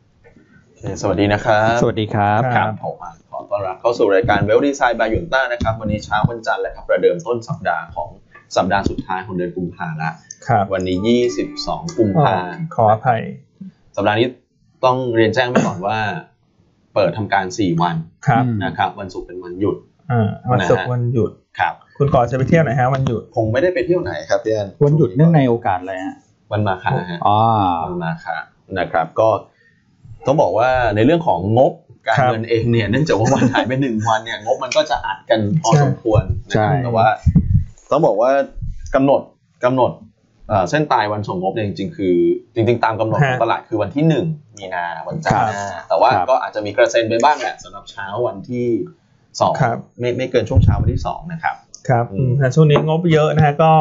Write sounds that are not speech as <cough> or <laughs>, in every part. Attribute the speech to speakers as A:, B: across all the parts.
A: โอเคสวัสดีนะครับ
B: สวัสดีครับ
C: ครั
A: ครับผมอ่ะขอต้อนรับเข้าสู่รายการเวลดีไซน์บายยุนต้านะครับ วันนี้เช้าวันจันทร์แล้วครับ ประเดิมต้นสัปดาห์ของสัปดาห์สุดท้ายของเดือนกุมภาละ
C: ครับ
A: วันนี้ 22 กุม
C: อ๋อ
A: ภา
C: ขออภัย
A: สัปดาห์นี้ต้องเรียนแจ้งไปก่อนว่า เปิดทำการ 4 วัน
C: ครับ
B: อืม
A: นะครับ วันศุกร์เป็นวันหยุด
C: อ่าวันศุก
A: นะ
C: ร์
A: ฮะ
C: วันหยุด
A: ครับ
C: คุณก่อจะไปเที่ยวไหนฮะวันหยุด
A: คงไม่ได้ไปเที่ยวไหนครับพี่แอน
B: วันหยุดเนื่องในโอกาสอะไรฮะ
A: วันมาค่ะฮะ
B: อ๋อ
A: ต้องนะคะนะครับก็ต้องบอกว่าในเรื่องของงบการ
C: ครับ
A: เงินเองเนี่ยเนื่องจากว่าวันหายไปหนึ่งวันเนี่ยงบมันก็จะอัดกันพอ
C: ใช่
A: สมควรนะ
B: ใช่
A: ครับแต่ว่า ต้องบอกว่ากำหนดกำหนดเอ่อเส้นตายวันส่งงบเนี่ยจริงๆคือ จริง ๆ ตามกำหนดของตลาดคือวันที่หนึ่งมีนาวันจันทร์หน้าแต่ว่าก็อาจจะมีกระเซ็นไปบ้างแหละสำหรับเช้าวันที่สอง
C: ครับ
A: ไม่ไม่เกินช่วงเช้าวันที่สองนะครับ
C: ครับ
A: อืม
C: แต่ช่วงนี้งบเยอะนะฮะก็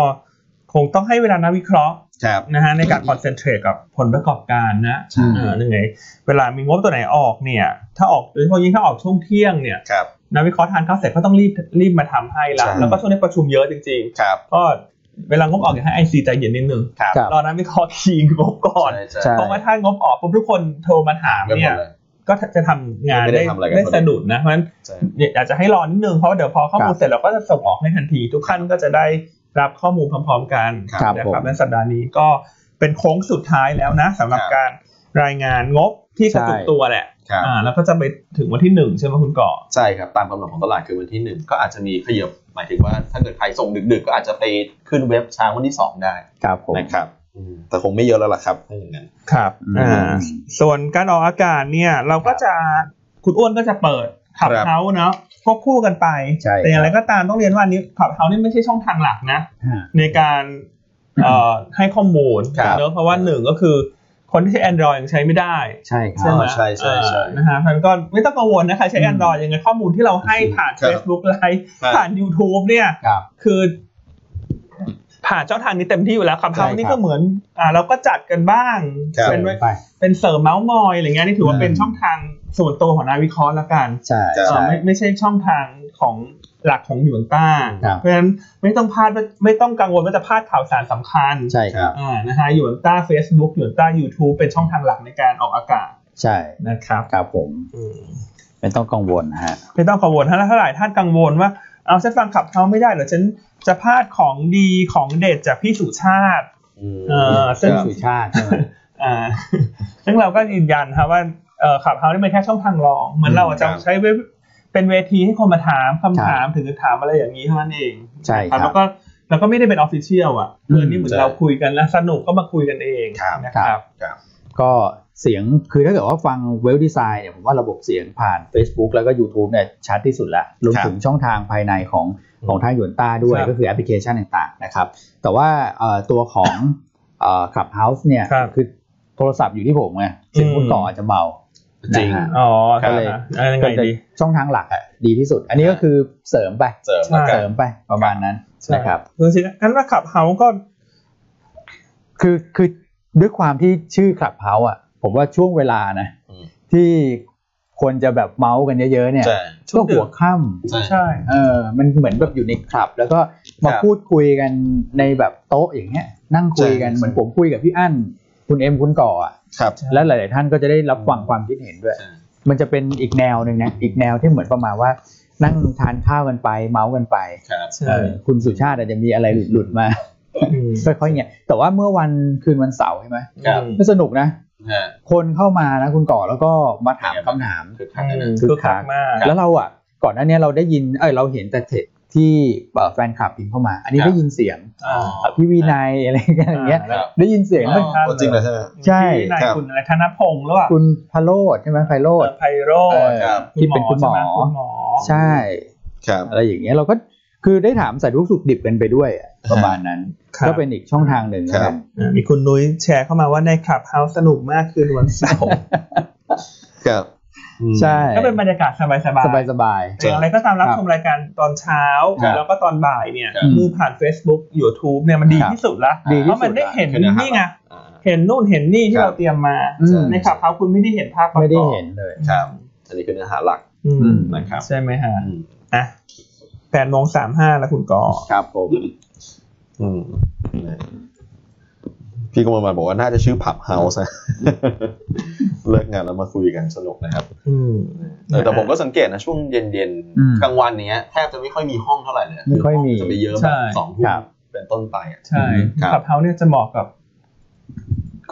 C: คงต้องให้เวลานักวิเคราะห์
A: ครับ
C: นะฮะในการคอนเซนเทรตกับผลประกอบการนะ
A: ใช่
C: เออยังไงเวลามีงบตัวไหนออกเนี่ย ถ้าออกโดยเฉพาะยิ่งถ้าออกช่วงเที่ยงเนี่ย
A: ครับ
C: นักวิเคราะห์ทานข้าวเสร็จก็ต้องรีบรีบมาทำให้ละ
A: ใช่
C: แล้วก็ช่วงนี้ประชุมเยอะจริง
A: ครับ
C: ๆ ก็เวลางบออกอยากให้ไอซีใจเย็นนิดนึง
A: ครับ
B: ครับ
C: รอนักวิเคราะห์ทีงบก่อน
A: ใช่
C: เพราะว่าถ้างบออกปุ๊บทุกคนโทรมาถาม
A: กันหม
C: เนี่ย
A: ดเลย
C: ก็จะทำงาน
A: ไม่ได้
C: ได้
A: ทำอะไรกัน
C: ได้สะดุดนะเพราะฉะนั้น
A: ใช่
C: อยากจะให้รอนิดนึงเพราะว่าเดี๋ยวพอข้อมูลเสร็จเราก็จะส่งออกให้ทันที ทุกท่านก็จะได้รับข้อมูลพร้อมๆกัน
B: ครับ
C: นะ
B: ผม
C: ครับและสัปดาห์นี้ก็เป็นโค้งสุดท้ายแล้วนะสำหรับ
A: ครับ
C: การรายงานงบที่กระจุกตัวแหละ
A: ครับ
C: อ่าแล้วก็จะไปถึงวันที่หนึ่งใช่ไหมคุณก่อ
A: ใช่ครับ ตามกำหนดของตลาดคือวันที่หนึ่งก็อาจจะมีขยับหมายถึงว่าถ้าเกิดใครส่งดึกๆ ก็อาจจะไปขึ้นเว็บเช้าวันที่สองได้
B: ครับผม
A: นะครับอืมแต่คงไม่เยอะแล้วล่ะครับถ้าอย่างนั้น
C: ครับ
B: อืม
C: อ่าส่วนการออกอากาศเนี่ยเราก็จะคุณอ้วนก็จะเปิด
A: ครั
C: ขั
A: บบ
C: เฮาเนาะควบคู่กันไป
B: ใช่
C: แต่อย่างไรก็ตามต้องเรียนว่าอันนี้ขับเฮานี่ไม่ใช่ช่องทางหลักนะ ในการเอ่อให้ข้อมูล
A: ครับ
C: เนอะเพราะว่าหนึ่งก็คือคนที่ใช้ Android ยังใช้ไม่ได้
B: ใช่ค
C: ใช่
B: รับ
C: ไหม
A: อ๋อใช่ใช่ใช่
C: เออนะฮะเพราะฉะนั้นก็ไม่ต้องกังวลนะคะใช้
B: อืม
C: Android ยังไงข้อมูลที่เราให้ผ่าน
A: ครับ
C: Facebook ไลฟ์ผ่าน YouTube เนี่ย
B: ครับ
C: คือผ่านช่องทางนี้เต็มที่อยู่แล้วครับ
B: ใช่ครั
C: เฮา
B: บ
C: นี่ก็เหมือนอ่าเราก็จัดกันบ้าง
A: ครับ
C: เป็น
B: ไป
C: เป็นเสริมเมาส์มอยอะไรเงี้ยนี่ถือว่า
B: อืม
C: เป็นช่องทางส่วนตัวของนายวิเคราะห์ละกัน
B: ใช่
A: ครับ
C: เอ่อ
B: ใช่
C: ไม่ไม่ใช่ช่องทางของหลักของหยวนต้า
B: ครับ
C: เพราะฉะนั้นไม่ต้องพลาดไม่ต้องกังวลว่าจะพลาดข่าวสารสำคัญ
B: ใช่ครับ
C: อ่านะฮะหยวนต้า Facebook หยวนต้า YouTube เป็นช่องทางหลักในการออกอากาศ
B: ใช่
C: นะครับ
B: ครับผม
C: อืม
B: ไม่ต้องกังวลนะฮะ
C: ไม่ต้องกังวลถ้าถ้าหลายท่านกังวลว่าเอาฉันฟังขับเขาไม่ได้เหรอฉันจะพลาดของดีของเด็ดจากพี่สุชาติ เออซึ่ง
B: สุชาติใช่ไหม
C: อ่า <laughs> ซึ่งเราก็ยืนยันครับว่าขับเฮานี่เป็นแค่ช่องทางรองเหมือนเราอาจจะ
A: ครับ
C: ใช้เว็บเป็นเวทีให้คนมาถามคำถามถึงจะถามอะไรอย่างนี้เท่านั้นเอง
B: ใช่ครับ
C: แล้วก็แล้วก็ไม่ได้เป็นออฟฟิเชียลอ่ะ
B: อืม
C: เรื่องนี้เหมือนเราคุยกันแล้วสนุกก็มาคุยกันเอง
A: ครับ
C: นะครับ
A: ครับ
B: ก็เสียงคือถ้าเกิดว่าฟังเวลดีไซน์เนี่ยผมว่าระบบเสียงผ่าน Facebook แล้วก็ YouTube เนี่ยชัดที่สุดละรวมถึงช่องทางภายในของของทางหยวนต้าด้วย
C: ครับ
B: ก็คือแอปพลิเคชันต่างๆนะครับ แต่ว่าเอ่อตัวของเอ่อ Clubhouse เนี่ย
C: ครับ
B: คือโทรศัพท์อยู่ที่ผมไงเสียงคุณ
C: อืม
B: ก่ออาจจะเบา
A: จริง
B: นะฮะ
C: อ๋อ
B: ก็เลย
C: อ่ะยังไงดี
B: ช่องทางหลักอ่ะดีที่สุด อันนี้ก็คือเสริมไป
A: เสริมแล้ว
C: ใช่
A: กั
B: เส
A: น
B: ริมไปประมาณนั้น
A: ใช่
B: นะครับ
C: ดูสิอันว่าขับเฮาก็
B: คือคือด้วยความที่ชื่อคลับเฮาอ่ะ ผมว่าช่วงเวลานะ
A: อืม
B: ที่คนจะแบบเมาส์กันเยอะๆเนี่ย
A: ใช่
C: ช่
B: ช่ว
C: ว
B: ง
C: งดึก
B: หัวค่
A: ใช่
C: ใช่
B: ำเออมันเหมือนแบบอยู่ในคลับ แล้วก็มา
A: ครับ
B: พูดคุยกันในแบบโต๊ะอย่างเงี้ย นั่งคุยกัน
A: ใช่
B: เหมือนผมคุยกับพี่อั้นคุณเอ็มคุณก่ออ่ะ
A: ครับ
B: และหลาย ๆ ท่านก็จะได้รับฟังความคิดเห็นด้วย มันจะเป็นอีกแนวหนึ่งนะอีกแนวที่เหมือนประมาณว่า นั่งทานข้าวกันไป เมาส์กันไป
A: ครับ
C: ใช่
B: เออคุณสุชาติอาจจะมีอะไรหลุดๆมา
C: อืม
B: ค่อยๆเงี้ยแต่ว่าเมื่อวันคืนวันเสาร์ใช่ไหม
A: ครับ
B: ก็สนุกนะ
A: ฮะ
B: คนเข้ามานะคุณก่อแล้วก็มาถาม
A: เป็นไง
B: คำ
A: บ้าง
B: ถาม
A: คือคัก
C: อืม
A: นะ
B: คึ
C: คื
B: ก
C: อ
B: คั
C: คั
B: ก
C: กมาก
B: แล้วเราอ่ะ ก่อนหน้าเนี้ยเราได้ยินเอยเราเห็นแต่เทคที่เอ่อแฟนคลับพิมพ์เข้ามา อันนี้
A: ครับ
B: ได้ยินเสียง
C: อ่า
B: อ่ะพี่วีนัยอะไรกันอย่างเงี้ย
A: ครับ
B: ได้ยินเสียง
C: า
A: อ๋อจริงเลยใช่ไหม
B: ใช่
C: ที่นาย
A: ครับ
C: คุณอะไรธนพงศ์หรือเปล่า
B: คุณพะโรดใช่ไหมไพโรด
C: ไพโรจน์
B: เออ
A: ครับ
B: ที่เป็นคุณหมอ
C: ใช่ไคุณหมอ
B: ใช่
A: ครับ
B: อะไรอย่างเงี้ยเราก็คือได้ถามสายทุกข์สุขดิบกันไปด้วยอ่ะประมาณนั้น
C: ครับ
B: ก็เป็นอีกช่องทางหนึ่งแล้วกัน
C: อ่ามีคุณนุ้ยแชร์เข้ามาว่าในคลับเฮาส์สนุกมากคืนวันเสาร์
A: ครับ
B: ใช่
C: ก็เป็นบรรยากาศสบายๆ
B: สบายสบาย
C: แต่อย่างไรก็ตามรับ
B: ครับ
C: ชมรายการตอนเช้า
A: ครับ
C: แล้วก็ตอนบ่ายเนี่ย
A: ครับ
C: ดูผ่าน Facebook YouTube เนี่ยมันดี
B: ครับ
C: ที่สุดละ
B: ดีที่สุด
C: เพราะมันได้เห็น
A: คือนะครับ
C: นี่ไง
A: อ่า
C: เห็นนู่นเห็นนี่ที่
A: ครับ
C: เราเตรียมมา
B: อืม
C: ในคลับเฮาส์คุณไม่ได้เห็นภาพประกอบ
B: ไม่ได้เห็นเลย
A: ครับ อันนี้คือเนื้อหาหลัก
C: อืม
B: อืม
A: นะครับ
C: ใช่ไหมฮะ
A: อืม
C: อ่ะแปดโมงสามห้าแล้วคุณกอ
B: ครับผม
A: อืมนะ พี่ก็มาบอกว่าน่าจะชื่อผับเฮาส์นะ เลิกงานแล้วมาคุยกันสนุกนะครับ
C: อืม
A: เออแต่ผมก็สังเกตนะช่วงเย็น
B: อืม
A: ๆกลางวันเนี้ยแทบจะไม่ค่อยมีห้องเท่าไหร่เลย
B: ไม่ค่อยมี
A: ห้งจะไปเยอะแบ
C: ใช่
A: บสองทุ่
B: ค
A: ม
B: รับ
A: เป็นต้นไปอ่ะ
C: ใช่
A: ครับ
C: ขับเฮาเนี่ยจะเหมาะกับ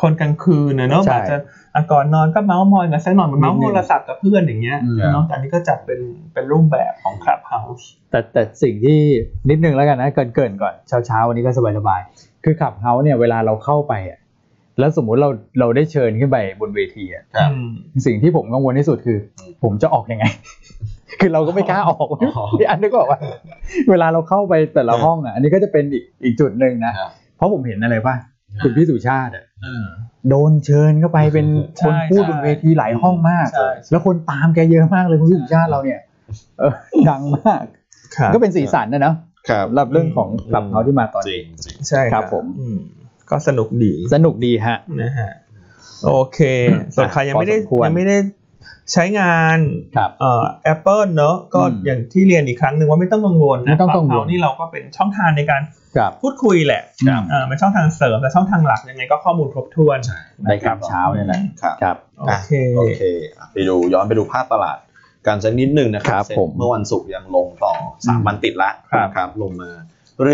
C: คนกลางคืนนะเนาะ
B: ใช่
C: อาจจะอ่ะก่อนนอนก็เมาส์มอยกันสักหน่อยเหมันเมาส์
B: นิดนึ
C: โท
B: ง
C: รศัพท์กับเพื่อนอย่างเงี้ย
B: อืม
C: เนาะแต่อันนี้ก็จัดเป็นเป็นรูปแบบของขับเฮาส์
B: แต่แต่สิ่งที่นิดนึงแล้วกันนะเกรินเกรินก่อนเช้าเช้าๆวันนี้ก็สบายสบายๆคือขับเฮาเนี่ยเวลาเราเข้าไปอ่ะแล้วสมมุติเราเราได้เชิญขึ้นไปบนเวทีอ่ะ
A: ครับ
B: สิ่งที่ผมกังวลที่สุดคือ ผมจะออกยังไง <laughs> คือเราก็ไม่กล้าออก
A: อ๋อ
B: พี่อันนึกออกว่า เวลาเราเข้าไปแต่ละห้องอ่ะอันนี้ก็จะเป็นอีกอีกจุดหนึ่งนะ
A: นะครับ
B: เพราะผมเห็นอะไรป่ะคุณพี่สุชาติอะ
C: อืม
B: โดนเชิญเข้าไปเป็น
C: ใช่
B: คนพูด
C: ใช่
B: บนเวทีหลายห้องมาก
C: ใช่ใช่
B: แล้วคนตามแกเยอะมากเลยคุณพี่สุชาติเราเนี่ยเอ <laughs> อดังมาก
C: ครับ
B: ก็เป็นสีสันนะเนาะ
A: ครับ
B: สำหรับเรื่องของกลับเขาที่มาตอน
A: จริ
B: นี้
A: งจริง
C: ใช่
B: ครับผม
C: อืมก็สนุกดี
B: สนุกดีฮะ
C: นะฮะโอเคส่วนใครยัง
B: พอ
C: ไม่ได้
B: สมควร
C: ยังไม่ได้ใช้งาน
B: ครับ
C: เอ่อ Apple เนอะก็
B: อืม
C: อย่างที่เรียนอีกครั้งหนึ่งว่าไม่ต้องกังวลนะ
B: ไม่ต้องกังวล
C: เานี่เราก็เป็นช่องทางในการ
B: กับ
C: พูดคุยแหละ
B: ครับ
C: เอ่อเป็นช่องทางเสริมแต่ช่องทางหลักยังไงก็ข้อมูลครบถ้วน
B: ในกลับเช้าเนี่ยแหละ
A: ครับ
B: ครับ
C: โอเค
A: โอเคอ่ะไปดูย้อนไปดูภาพตลาดการสักนิดหนึ่งนะค
B: ค
A: รั
B: รั
A: บบ
B: ผม
A: เมื่อวันศุกร์ยังลงต่อสาม
B: อืม
A: วันติดละ
C: ครับ
A: นะครับ ลงมา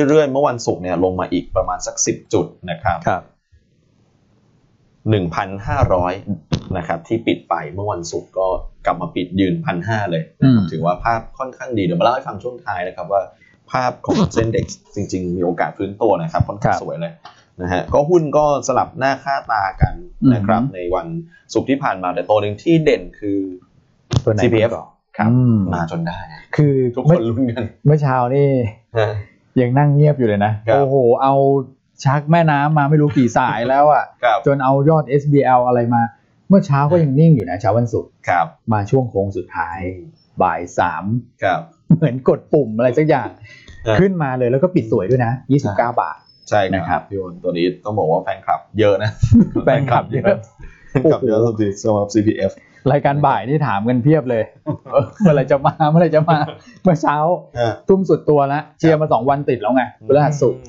A: เรื่อยๆ เมื่อวันศุกร์เนี่ยลงมาอีกประมาณสักสิบจุดนะครับ
B: ครับ
A: หนึ่งพันห้าร้อยนะครับ ที่ปิดไปเมื่อวันศุกร์ก็กลับมาปิดยืนพันห้าเลย
B: อืม
A: ถือว่าภาพค่อนข้างดีเดี๋ยวมาเล่าให้ฟังช่วงท้ายนะครับว่าภาพของเส้นเด็กจริง ๆ มีโอกาสฟื้นตัวนะครับค่อนข้าง
B: ครับ
A: สวยเลยนะฮะก็หุ้นก็สลับหน้าค่าตากันนะครับ
B: อืม
A: ในวันศุกร์ที่ผ่านมาแต่ตัวหนึ่งที่เด่นคือ
B: ตัวไหน
A: CPF ครับ
B: อืม
A: มาจนได้นะ
B: คือ
A: ทุกค
B: เมื่อน
A: ลุ้นกัน <laughs>
B: เมื่อเช้านี่ยังนั่งเงียบอยู่เลยนะ
A: ครับ
B: โอ้โห เอาชักแม่น้ำมาไม่รู้กี่สายแล้วอ่ะ
A: ครับ
B: จนเอายอด SBL อะไรมา เมื่อเช้าก็ยังนิ่งอยู่นะเช้าวันศุกร์
A: ครับ
B: มาช่วงโค้งสุดท้าย บ่ายสาม
A: ครับ
B: เหมือนกดปุ่มอะไรสักอย่าง
A: เออ
B: ขึ้นมาเลยแล้วก็ปิดสวยด้วยนะ 29 บาท
A: ใช่
B: นะ
A: ค
B: ครั
A: รับบ พี่โอนตัวนี้ต้องบอกว่าแฟนคลับเยอะนะ
B: <laughs> แฟนคลับเยอะ
A: แฟนคลับเยอะสุดสำหรับ CPF
B: รายการบ่ายนี่ถามกันเพียบ <laughs> เลยเออเมื่อไหรจะมาเมื่อไหรจะมา <laughs> เมื่อเช้า
A: อ่า
B: ทุ่มสุดตัวแล้วเชียร์มาสองวันติดแล้วไงพฤหัสศุกร์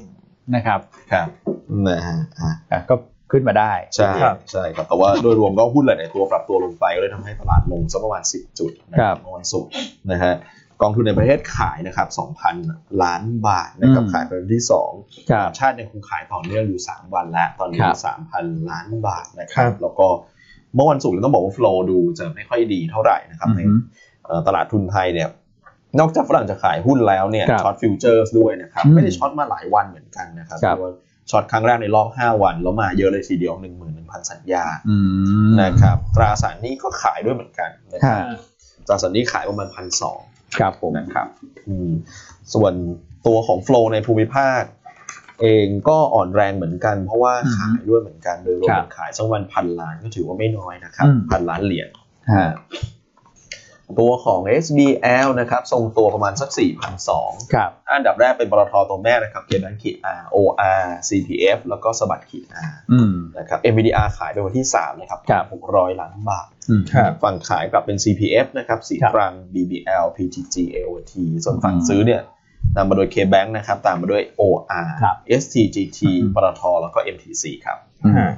B: นะครับ
A: ครับนะฮะอ่ะ
B: อ่ะก็ขึ้นมาได้
A: ใช่
C: ครับ
A: ใช่ครับแต่ว่าโดยรวมก็หุ้นหลายๆตัวปรับตัวลงไปก็เลยทำให้ตลาดลงสักประมาณ 10 จุดนะครับเมื่อวันศุกร์นะฮะกองทุนในประเทศขายนะครับ2,000 ล้านบาทนะครับขายไปวันที่ 2
B: ครับ
A: ต่างชาติเนี่ยคงขายต่อเนื่องอยู่ 3 วันแล้ว ตอนนี้
B: ครับ
A: สามพันล้านบาทนะครั
C: ครับ บ
A: แล้วก็เมื่อวันศุกร์เนี่ยต้องบอกว่าโฟลดูจะไม่ค่อยดีเท่าไหร่นะครับ
B: อือ
A: ใน
B: หือ
A: เอ่อตลาดทุนไทยเนี่ยนอกจากฝรั่งจะขายหุ้นแล้วเนี่ย
B: ครับ
A: ช็อตฟิวเจอร์สด้วยนะครับ
B: อืม
A: ไม่ได้ช็อตมาหลายวันเหมือนกันนะครับ
B: ครับ
A: เพาะว่าช็อตครั้งแรกในรอบ 5 วัน แล้วมาเยอะเลยทีเดียว 11,000 สัญญา
B: อืม
A: นะครับตราสารหนี้ก็ขายด้วยเหมือนกันนะค
B: ค่ะ
A: รับตราสารหนี้ขายประมาณพันสอง
B: ครับผม
A: นะครับอืมส่วนตัวของโฟลในภูมิภาค เองก็อ่อนแรงเหมือนกัน เพราะว่าขายด้วยเหมือนกันโดยรวมขายสักวันพันล้านก็ถือว่าไม่น้อยนะครับพันล้านเหรียญ
B: ฮะ
A: ตัวของ SBL นะครับทรงตัวประมาณสัก 4,200
B: ครับ
A: อันดับแรกเป็นปตทตัวแม่นะครับเกณฑ์นั้นขีด R OR CPF แล้วก็สบัดขีด R
B: อืม
A: นะครับ MBDR ขายไปวันที่ 3 นะครับ
B: ครับ
A: 600 ล้านบาท
B: อืม
C: ครับ
A: ฝั่งขายกลับเป็น CPF นะครับ สี
B: ครับ
A: ตรัง BBL PTG AOT ส่วนฝั่ง
B: อืม
A: ซื้อเนี่ยนำมาโดย KBank นะครับ ตามมาด้วย OR
B: ครับ
A: STGT ปตทแล้วก็ MTC ครับ
B: อืม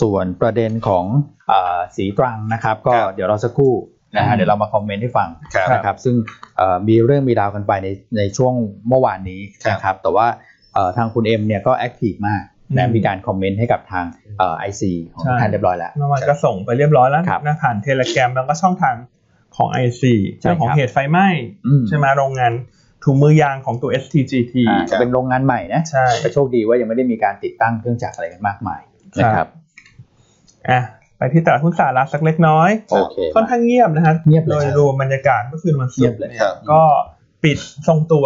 B: ส่วนประเด็นของอาสีตรังนะครับ ก็
A: ครับ
B: เดี๋ยวเราสักครู่นะ
A: อื
B: ฮะ
A: ม
B: เดี๋ยวเรามาคอมเมนต์ให้ฟัง
A: ครับ
B: นะครับ ซึ่งเอ่อมีเรื่องมีราวกันไปในในช่วงเมื่อวานนี้
A: ครับ
B: นะครับ แต่ว่าเอ่อทางคุณเอ็มเนี่ยก็แอคทีฟมาก
C: อื
B: นะ
C: ม
B: มีการคอมเมนต์ให้กับทางไอซีของ
C: ใช่
B: ท่านเรียบร้อยแล้ว
C: เมื่อวานก็ส่งไปเรียบร้อยแล้ว
B: ครับ
C: นะผ่านเทเลแกรมแล้วก็ช่องทางของ IC
B: ใช่
C: เรื่องของ
B: ครับ
C: เหตุไฟไหม้
B: อืม
C: ใช่ไหมโรงงานถุงมือยางของตัว STGT
B: อ่า
A: ครับ
B: เป็นโรงงานใหม่นะ
C: ใช่
B: แต่โชคดีว่ายังไม่ได้มีการติดตั้งเครื่องจักรอะไรกันมากมายนะค
C: ครั
B: รับ
C: บ อ่ะไปที่ตลาดหุ้นสหรัฐสักเล็กน้อย
A: โอเค
C: ค่อนข้างเงียบนะฮะ
B: เงียบเลย
C: โดย
B: ครับ
C: รวมบรรยากาศเมื่อคืนวันศุ
B: เงีย
C: ก
B: บ
C: ร์
B: เลย
C: เนี่ย
A: ครับ
C: ก็ปิดทรงตัว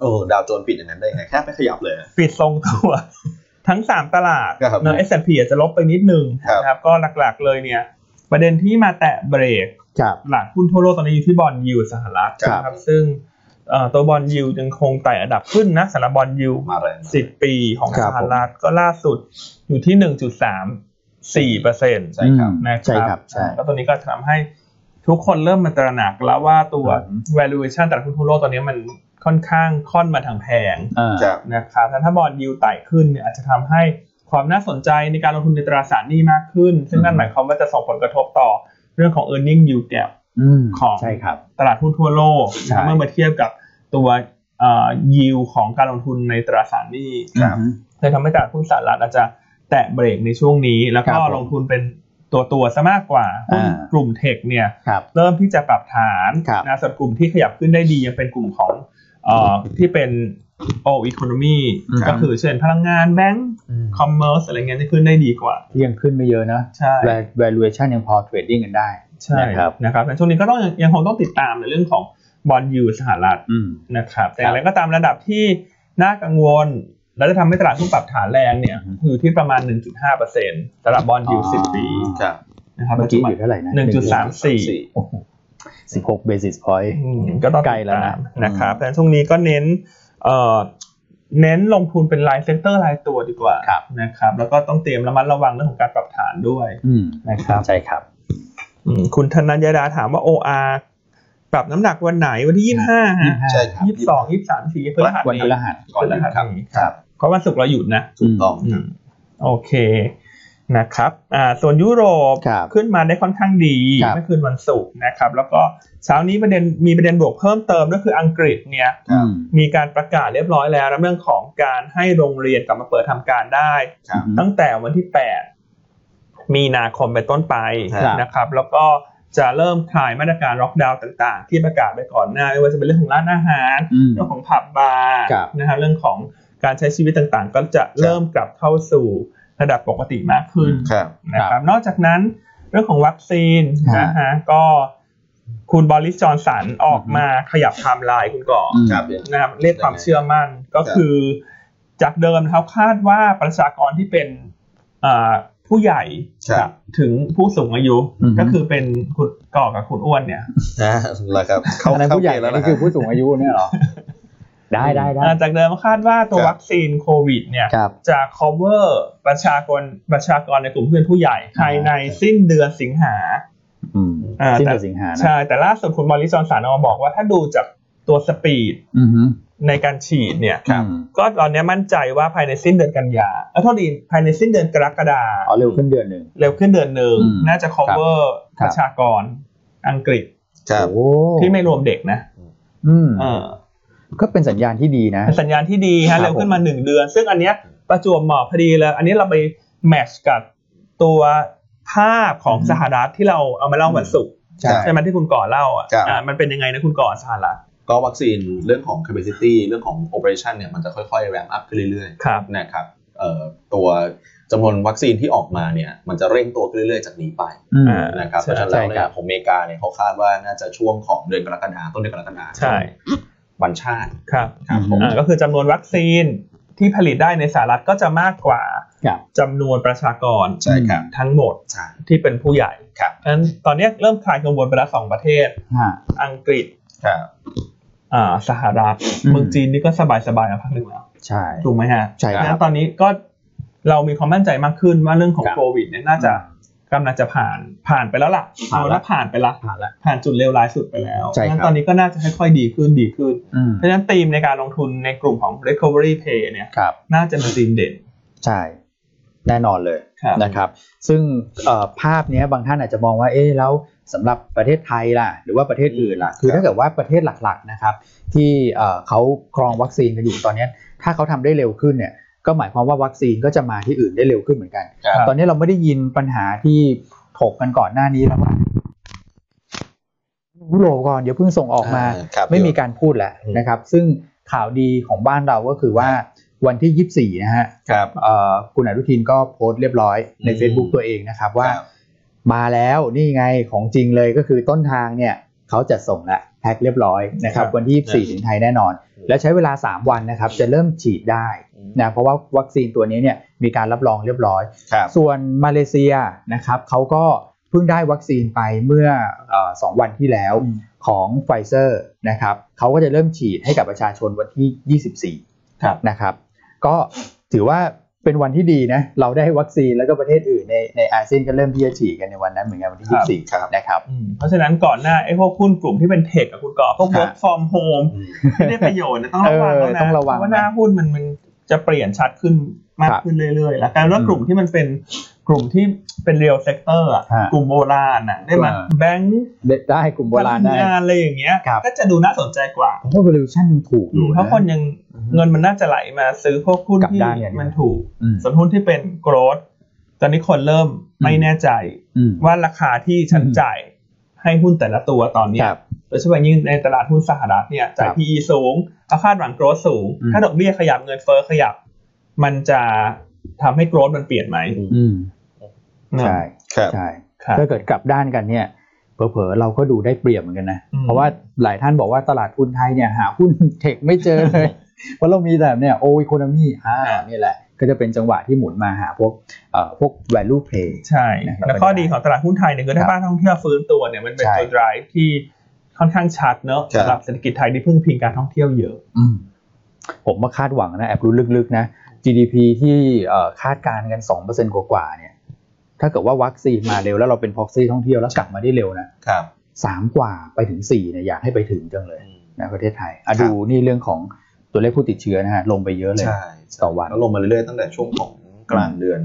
A: โอ้ดาวโจนส์ปิดอย่างนั้นได้ไง แค่ไม่ขยับเลย
C: ปิดทรงตัว <laughs> ทั้ง 3 ตลาด
A: ครับ
C: เนอะ S&P อาจจะลบไปนิดนึง
A: ครับ
C: นะครับ ก็หลักๆเลยเนี่ย ประเด็นที่มาแตะเบรก
B: ครับ
C: ตลาดหุ้นทั่วโลกตอนนี้อยู่ที่บอลยูสหรัฐ
B: ครับ
C: นะครับซึ่งเอ่อตัวบอลยูยังคงไต่อันดับขึ้นนะสำหรับบอลยู
A: มาแรง
C: สิบปีของ
B: ค
C: ส
B: รับผม
C: หรัฐก็ล่าสุดอยู่ที่ 1.34เปอร์เซ็นต์
A: ใช่ครับ
B: อืม
C: นะค
B: ใช่
C: รั
B: ครับบใช่
C: แล้วตัวนี้ก็ทำให้ทุกคนเริ่มมาตระหนักแล้วว่าตัว
B: อืม
C: valuation ตลาดหุ้นทั่วโลกตอนนี้มันค่อนข้างค่อนมาทางแพง
B: อ่า
A: ครับ
C: นะครับแล้วถ้าบอลยูไต่ขึ้นเนี่ยอาจจะทำให้ค ความน่าสนใจในการลงทุนในตราสารหนี้มากขึ้น ซึ่งนั่นหมายความว่าจะส่งผลกระทบต่อเรื่องของ e a r n i n g yield gap
B: อืม
C: ของ
B: ใช่ครับ
C: ตลาดหุ้นทั่วโลก
B: ใช่
C: นะครับเมื่อมาเทียบกับตัวยิวของการลงทุนในตราสารหนี้
B: อืม
C: เลยทำให้ตลาดหุ้นสหรัฐอาจจะแตะเบรกในช่วงนี้ แล้ว
B: ค
C: ก็
B: รับผม
C: ลงทุนเป็นตัวตัวๆซะมากกว่าหุ้น
B: อ่า
C: กลุ่มเทคเนี่ย
B: ครับ
C: เริ่มที่จะปรับฐาน
B: ครับ
C: นะส่วนกลุ่มที่ขยับขึ้นได้ดียังเป็นกลุ่มของเอ่อที่เป็น all economy
B: ครับ
C: ก็คือเช่นพลังงานแบงก์คอมเมอร์สอะไรเงี้ยที่ขึ้นได้ดีกว่า
B: ยังขึ้นไม่เยอะนะ
C: ใช่
B: Val- valuation ยังพอเทรดดิ้งกันได้
C: ใช่
B: นะครับ
C: นะครับแต่ช่วงนี้ก็ต้องยังคงต้องติดตามในเรื่องของบอลยูสหรัฐ
B: อืม
C: นะครับ แต่อะไรก็ตามระดับที่น่ากังวล แล้วจะทำให้ตลาดหุ้นปรับฐานแรงเนี่ย
B: อืม
C: อยู่ที่ประมาณ 1.5%สำหรับบอลยู10 ปี
A: ครับ
C: นะครับ
B: เมื่อกี้อยู่เท่าไหร่นะ
C: 1.34
B: โอ้โหสิบหกเบสิสพอยต์
C: อืมก็ต้อง
B: ใกล้แล้วนะ
C: ติดตามนะครับแต่ช่วงนี้ก็เน้นเอ่อเน้นลงทุนเป็นรายเซกเตอร์รายตัวดีกว่า
B: ครับ
C: นะครับ แล้วก็ต้องเตรียมระมัดระวังเรื่องของการปรับฐานด้วย
B: อืม
C: นะครับ
B: ใช่ครับ
C: อืมคุณธนัญญาดาถามว่า OR ปรับน้ำหนักวันไหนวันที่ยี่ห้าฮะ
A: ใช่ครับ
C: ยี่สองยี่สามสี่พฤหัส
B: วันพฤหัส
A: ก่อนนะค
C: ครั
A: รั
C: บบ
B: ครับ
C: เพราะวันศุกร์เราหยุดนะ
A: ถูกต้อง
C: อืมโอเคนะครับอ่าส่วนยุโรป
B: ครับ
C: ขึ้นมาได้ค่อนข้างดี
B: ครับ
C: เมื่อคืนวันศุกร์นะครับ แล้วก็เช้านี้ประเด็นมีประเด็นบวกเพิ่มเติมก็คืออังกฤษเนี่ย
B: อืม
C: มีการประกาศเรียบร้อยแล้วนะเรื่องของการให้โรงเรียนกลับมาเปิดทำการได้
A: ครับ
C: ตั้งแต่วันที่ 8 มีนาคมเป็นต้นไป
A: ครับ
C: นะครับ แล้วก็จะเริ่มคลายมาตรการล็อกดาวน์ต่างๆ ที่ประกาศไปก่อนหน้าไม่ว่าจะเป็นเรื่องของร้านอาหาร
B: อืม
C: เรื่องของผับบาร์
B: ครับ
C: นะฮะเรื่องของการใช้ชีวิตต่างๆ ก็จะเริ่มกลับเข้าสู่ระดับปกติมากขึ้น
A: ครับ
C: นะครับ นอกจากนั้นเรื่องของวัคซีน
B: ฮะ
C: นะฮะก็คุณบริสจอนสันออกมาขยับไทม์ไลน์คุณก่อ
B: อืม
A: ครับ
C: นะครับเรียกความเชื่อมั่นก็คือ จากเดิมนะครับคาดว่าประชากรที่เป็นอ่าผู้ใหญ่
A: ครับ
C: ถึงผู้สูงอายุ
B: อือฮึ
C: ก็คือเป็นคุณก่อกับคุณอ้วนเนี่ย
A: นะแล้วครับ เข้า
B: อันนั้น
A: เข้า
B: ผู้ใหญ่
A: เกณฑ์แล้วนะ
B: นี่
A: ค
B: คื
A: รั
B: อบ ผู้สูงอายุเนี่ยเหรอ ได้ได้ได้
C: อ่าจากเดิมคาดว่าตัว
A: ครับ
C: วัคซีนโควิดเนี่ย
B: ครับ
C: จะ cover ประชากรประชากรในกลุ่มเพื่อนผู้ใหญ่ภายในสิ้นเดือนสิงหา
B: อืม
C: อ่า
B: สิ้นเดือ
C: แต่
B: นสิงหานะ
C: ใช่แต่ล่าสุดคุณบริจอนสารออกมาบอกว่าถ้าดูจากตัวสปีด
B: อืม
C: ในการฉีดเนี่ย
B: ครับ
C: ก็ตอนนี้มั่นใจว่าภายในสิ้นเดือนกันยาเออโทษดีภายในสิ้นเดือนกรกฎา
B: อ๋อเร็วขึ้นเดือนหนึ่ง
C: เร็วขึ้นเดือนหนึ่ง
B: อืม
C: น่าจะ cover
B: ค
C: ป
B: รับ
C: ระชากรอังกฤษ
A: ครับ
B: โอ้
C: ที่ไม่รวมเด็กนะ
B: อืม
C: เออ
B: ก็เป็นสัญญาณที่ดีนะ
C: เป็นสัญญาณที่ดี
B: ครับ
C: ฮะเร็วขึ้นมาหนึ่งเดือน ซึ่งอันเนี้ยประจวบเหมาะพอดีเลยอันนี้เราไปแมทช์กับตัวภาพของสหรัฐที่เราเอามาเล่าวันศุกร์
A: ใช่
C: ใช่ไหมที่คุณก่อเล่าอ่ะ
A: ครับ
C: อ่ามันเป็นยังไงนะคุณก่อสหรัฐ
A: ก็วัคซีนเรื่องของ capacity เรื่องของ operation เนี่ยมันจะค่อยๆ ramp up ขึ้นเรื่อย
C: ครับ
A: ๆนะครับเอ่อตัวจำนวนวัคซีนที่ออกมาเนี่ยมันจะเร่งตัวขึ้นเรื่อยๆ จากนี้ไป
B: อืม
C: อ่า
A: นะครับเพ
C: ใช่
A: ราะฉะนั้นแล้ว
B: ใช่ครั
A: เนี่ย
B: บ
A: ของอเมริกาเนี่ยเขาคาดว่าน่าจะช่วงของเดือนกรกฎาคมต้นเดือนกรกฎาคม
C: ใช่
A: วันชาติ
C: ครับ
A: ครับผม
C: อ่าก็คือจำนวนวัคซีนที่ผลิตได้ในสหรัฐก็จะมากกว่า
B: ครับ
C: จำนวนประชากร
A: ใช่ครับ
C: ทั้งหมด
A: ใช่
C: ที่เป็นผู้ใหญ่
A: ครับ
C: เพราะฉะนั้นตอนนี้เริ่มคลายกังวลไปแล้วสองประเทศ อังกฤษ
A: ครับ
C: อ่าสหรัฐ
B: อืม
C: เมืองจีนนี่ก็สบายสบายมาพักหนึ่งแล้ว
B: ใช่
C: ถูกไหมฮะ
B: ใช่ครับ
C: เพาะฉะนั้นตอนนี้ก็เรามีความมั่นใจมากขึ้นว่าเรื่องของ
B: ครับ
C: โควิดเนี่ยน่าจะกำลังจะผ่านผ่านไปแล้วล่ะ
B: ผ่านละ
C: เอละผ่านไปละ
B: ผ่านละ
C: ผ่านจุดเลวร้ายสุดไปแล้ว
B: ใช่
C: เพราะฉะนั้
B: ครั
C: น
B: บ
C: ตอนนี้ก็น่าจะค่อยๆดีขึ้นดีขึ้น
B: อืม
C: เพราะฉะนั้นธีมในการลงทุนในกลุ่มของ recovery pay เนี่ย
B: ครับ
C: น่าจะเป็นธีมเด่น
B: ใช่ แน่นอนเลย
C: ครับ
B: นะครับซึ่งเอ่อภาพเนี้ยบางท่านอาจจะมองว่าเอ๊ะแล้วสำหรับประเทศไทยล่ะหรือว่าประเทศอื่นล่ะคือถ้าเกิดว่าประเทศหลักๆนะครับที่เอ่อเขาครองวัคซีนกันอยู่ตอนเนี้ยถ้าเขาทำได้เร็วขึ้นเนี่ยก็หมายความว่าวัคซีนก็จะมาที่อื่นได้เร็วขึ้นเหมือนกัน
A: ครับ
B: ตอนนี้เราไม่ได้ยินปัญหาที่ถกกันก่อนหน้านี้แล้วว่ายุโรปก่อนเดี๋ยวเพิ่งส่งออกมา
A: ครับ
B: ไม่มี
A: ครับ
B: การพูดแล้ว
A: อืม
B: นะครับ ซึ่งข่าวดีของบ้านเราก็คือว่าวันที่ 24 นะฮะ
A: ครับ
B: เอ่อคุณอนุทินก็โพสต์เรียบร้อยใน
A: อืม
B: Facebook ตัวเองนะครับว่า
A: ครับ
B: มาแล้วนี่ไงของจริงเลยก็คือต้นทางเนี่ยเขาจะส่งละแพ็คเรียบร้อยนะครับ
C: ครับ
B: วันที่ 24 ถึงไทยแน่นอน และใช้เวลา 3 วันนะครับจะเริ่มฉีดได้นะเพราะว่าวัคซีนตัวนี้เนี่ยมีการรับรองเรียบร้อย
A: ครับ
B: ส่วนมาเลเซียนะครับเขาก็เพิ่งได้วัคซีนไปเมื่อเออสองวันที่แล้วของไฟเซอร์นะครับเขาก็จะเริ่มฉีดให้กับประชาชนวันที่ 24
C: ครับ
B: นะครับ ก็ถือว่าเป็นวันที่ดีนะเราได้วัคซีนแล้วก็ประเทศอื่นในในอาเซียนก็เริ่มที่จะฉีดกันในวันนั้นเหมือนกันวันที่
A: ครับ
B: 24นะครับ
C: อืมเพราะฉะนั้นก่อนหน้าไอ้พวกหุ้นกลุ่มที่เป็นเทคกับคุณก่อพวก
B: ครับ
C: work from home ไม่ได้ประโยชน์นะต้องระวัง
B: เอ
C: แล้ว
B: อ
C: นะ
B: ต้องระวังนะ
C: เพาว่าหน้าหุ้นมันมันจะเปลี่ยนชัดขึ้น มาก
B: ครับ
C: ขึ้นเรื่อยๆ แล้วกลายเป็นว่ากลุ่มที่มันเป็นกลุ่มที่เป็นเรียลเซกเตอร์
B: ฮะ
C: กลุ่มโบราณน่ะได้มา
B: อ่า
C: แบงค์
B: ได้กลุ่มโบราณได้
C: พนักงนอะไรอย่างเงี้ย
B: ครับ
C: ก็จะดูน่าสนใจกว่า
B: ผมว่า valuation ถูกอยู่
C: เพ
B: นะ
C: ราะคนยังเงินมันน่าจะไหลมาซื้อพวกหุ้น
B: กลับ
C: ที่
B: ด้านกัน
C: มันถูก
B: อืม
C: ส่วนหุ้นที่เป็นโกรดตอนนี้คนเริ่มไม่
B: อืม
C: แน่ใจ
B: อืม
C: ว่าราคาที่ฉัน
B: อืม
C: จ่ายให้หุ้นแต่ละตัวตอนเนี้
B: ค
C: ย
B: รับ
C: โดยเฉพาะยิ่งในตลาดหุ้นสหรัฐเนี่ยจ่าย
B: ครับ
C: PE สูงเอาคาดหวังโกรดสูง
B: อืม
C: ถ้าดอกเบี้ยขยับเงินเฟ้อขยับ มันจะทำให้โกรดมันเปลี่ยนไหม
B: อืม
C: เนอะ
B: ใช่
A: ครับ
B: ใช่
C: ครับ
B: ถ้าเกิดกลับด้านกันเนี่ยเผลอๆเราก็ดูได้เปรียบเหมือนกันนะ
C: อืม
B: เพราะว่าหลายท่านบอกว่าตลาดหุ้นไทยเนี่ยหาหุ้น เทคไม่เจอเลย เพราะเรามีแต่เนี่ยโออีโคโนมีอ่านี่แหละ ก็จะเป็นจังหวะที่หมุนมาหาพวกเอ่อพวก value play
C: ใช่
B: นะครับ
C: แล้วข้อดีของตลาดหุ้นไทยเนี่ยคือถ้าบ้านท่องเที่ยวฟื้นตัวเนี่ยมันเป็น
B: ใช่
C: ตัว drive ที่ค่อนข้างชัดเนอะ
A: ครับ
C: สำหรับเศรษฐกิจไทยที่พึ่งพิงการท่องเที่ยวเยอะ
B: อืมผมมาคาดหวังนะแอบรู้ลึกๆนะ GDP ที่เอ่อคาดการณ์กัน 2%กว่าๆเนี่ย ถ้าเกิดว่าวัคซีนมาเร็วแล้วเราเป็น proxy ท่องเที่ยวแล้วกลับมาได้เร็วนะครับ สามกว่าไปถึง4เนี่ยอยากให้ไปถึงจังเลย
A: อืม
B: ในประเทศไทยอ่ะ
A: ครับ
B: ดูนี่เรื่องของตัวเลขผู้ติดเชื้อนะฮะลงไปเยอะเลย
A: ใช่
B: ต่อวัน
A: แล้วลงมาเรื่อยๆตั้งแต่ช่วงของกลางเดือน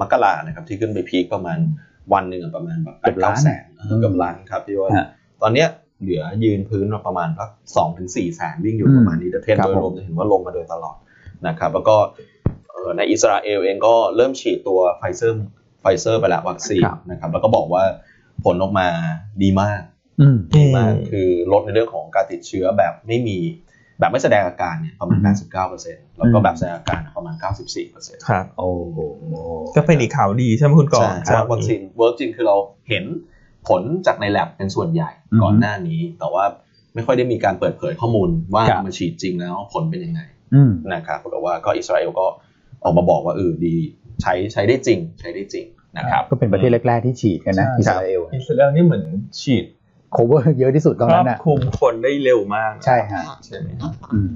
A: มกรานะครับที่ขึ้นไปพีคประมาณวันหนึ่งอะประมาณแบบ
B: เกือบล้าน
A: แสน
B: อะอืม
A: เกือบล้านครับพี่ว่า
B: ฮะ
A: ตอนเนี้ยเหลือยืนพื้นมาประมาณสักสองถึงสี่แสนวิ่งอยู่
B: อืม
A: ประมาณนี้แต่เทรนด์
B: ครับ
A: โดยรว
B: ผม ม
A: จะเห็นว่าลงมาโดยตลอดนะครับแล้วก็เอ่อในอิสราเอลเองก็เริ่มฉีดตัวไฟเซอร์ไฟเซอร์ไปแล้ววัคซีนนะครับแล้วก็บอกว่าผลออกมาดีมาก
B: อืม
A: ดีมากคือลดในเรื่องของการติดเชื้อแบบไม่มีแบบไม่แสดงอาการเนี่ยประมาณ
B: อืม
A: 89%แล้วก็
B: อืม
A: แบบแสดงอาการประมาณ 94%
C: ครับ
B: โอ้โห
C: ก็เป็นอีกข่าวดีใช่ไหมคุณก่อน
A: ใช่ครับวัคซีนเวิร์กจริงคือเราเห็นผลจากในแ a บเป็นส่วนใหญ่
B: อืม
A: ก่อนหน้านี้ แต่ว่าไม่ค่อยได้มีการเปิดเผยข้อมูลว่า
B: ครับ
A: มาฉีดจริงแล้วผลเป็นยังไง
B: อืม
A: นะครับแต่ว่าก็อิสราเอลก็ออกมาบอกว่าเออดีใช้ใช้ได้จริง ใช้ได้จริงนะครับ
B: ก็เป็นประเทศแรก ๆ ที่ฉีดกันนะอิสราเอล
C: อิสราเอลนี่เหมือนฉีด
B: โคเวอร์เยอะที่สุดตอน
C: ครอ
B: นั้น
C: บ
B: อ่ะ
C: คลุมคนได้เร็วมากนะ
B: ใช่ฮะ
A: ใช่ไหมครับ
B: อืม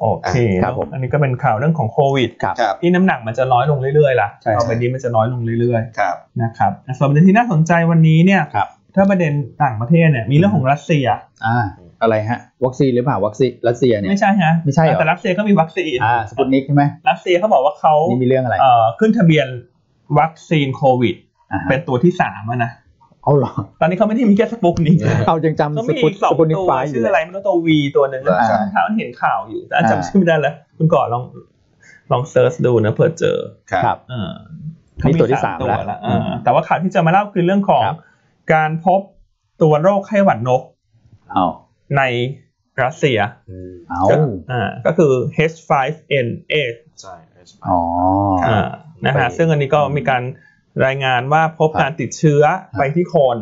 C: โอเค
B: ครับผม
C: อันนี้ก็เป็นข่าวเรื่องของโควิด
B: ครับ
C: ที่น้ำหนักมันจะน้อยลงเรื่อยๆล่ะ
B: ใช่ครับ
C: ต่อไปนี้มันจะน้อยลงเรื่อย
A: ครับ
C: ๆ นะครับอ่ะส่วนประเด็นที่น่าสนใจวันนี้เนี่ย
B: ครับ
C: ถ้าประเด็นต่างประเทศเนี่ย มีเรื่องของรัสเซีย
B: อ่าอะไรฮะ วัคซีนหรือเปล่าวัคซีนรัสเซียเนี่ย
C: ไม่ใช่ฮะ
B: ไม่ใช่เหรอ
C: แต่รัสเซียก็มีวัคซีน
B: อ่าสปุตนิกใช่ไหม
C: รัสเซียเขาบอกว่าเขา
B: นี่มีเรื่องอะไร
C: เอ่อขึ้นทะเบียนวัคซีนโควิด
B: อ่าฮะ
C: เป็นตัวที่สามอะนะ
B: เอาเหรอ
C: ตอนนี้เขาไม่ได้มีแค่สปุกนี้
A: อ่า
B: เอายัง
C: ก็
B: จำส
C: มี
B: ปุ
C: อี
B: ต
C: กสอง
B: สปุตนิก
C: ตัว
B: ไฟล์อ
C: ชื่
B: ยู่
C: อ
B: เล
C: อะไร
B: ย
C: ไม่รู้ตัววีตัวหนึ่งแล้ว
B: อ่า
C: ข่าวเห็นข่าวอยู่แต่
B: อ่า
C: จำชื่อไม่ได้แล้วคุณก่อนลองลองเซิร์ชดูนะเผื่อเจอ
B: ครับ
C: เออ
B: นี่ตัวที่สาม
C: ตัว
B: แล้ว
C: ละเออแต่ว่าข่าวที่จะมาเล่าคือเรื่องของ
B: ครับ
C: การพบตัวโรคไข้หวัดนก
B: เอา
C: ในรัสเซีย
A: อืม
B: เอา
C: อ่าก็คือ H5N8
A: ใช่
B: อ๋อ
A: ครับ
C: อ่านะฮะ
B: ไป
C: ซึ่งอันนี้ก็มีการรายงานว่าพบการติดเชื้อไปที่คน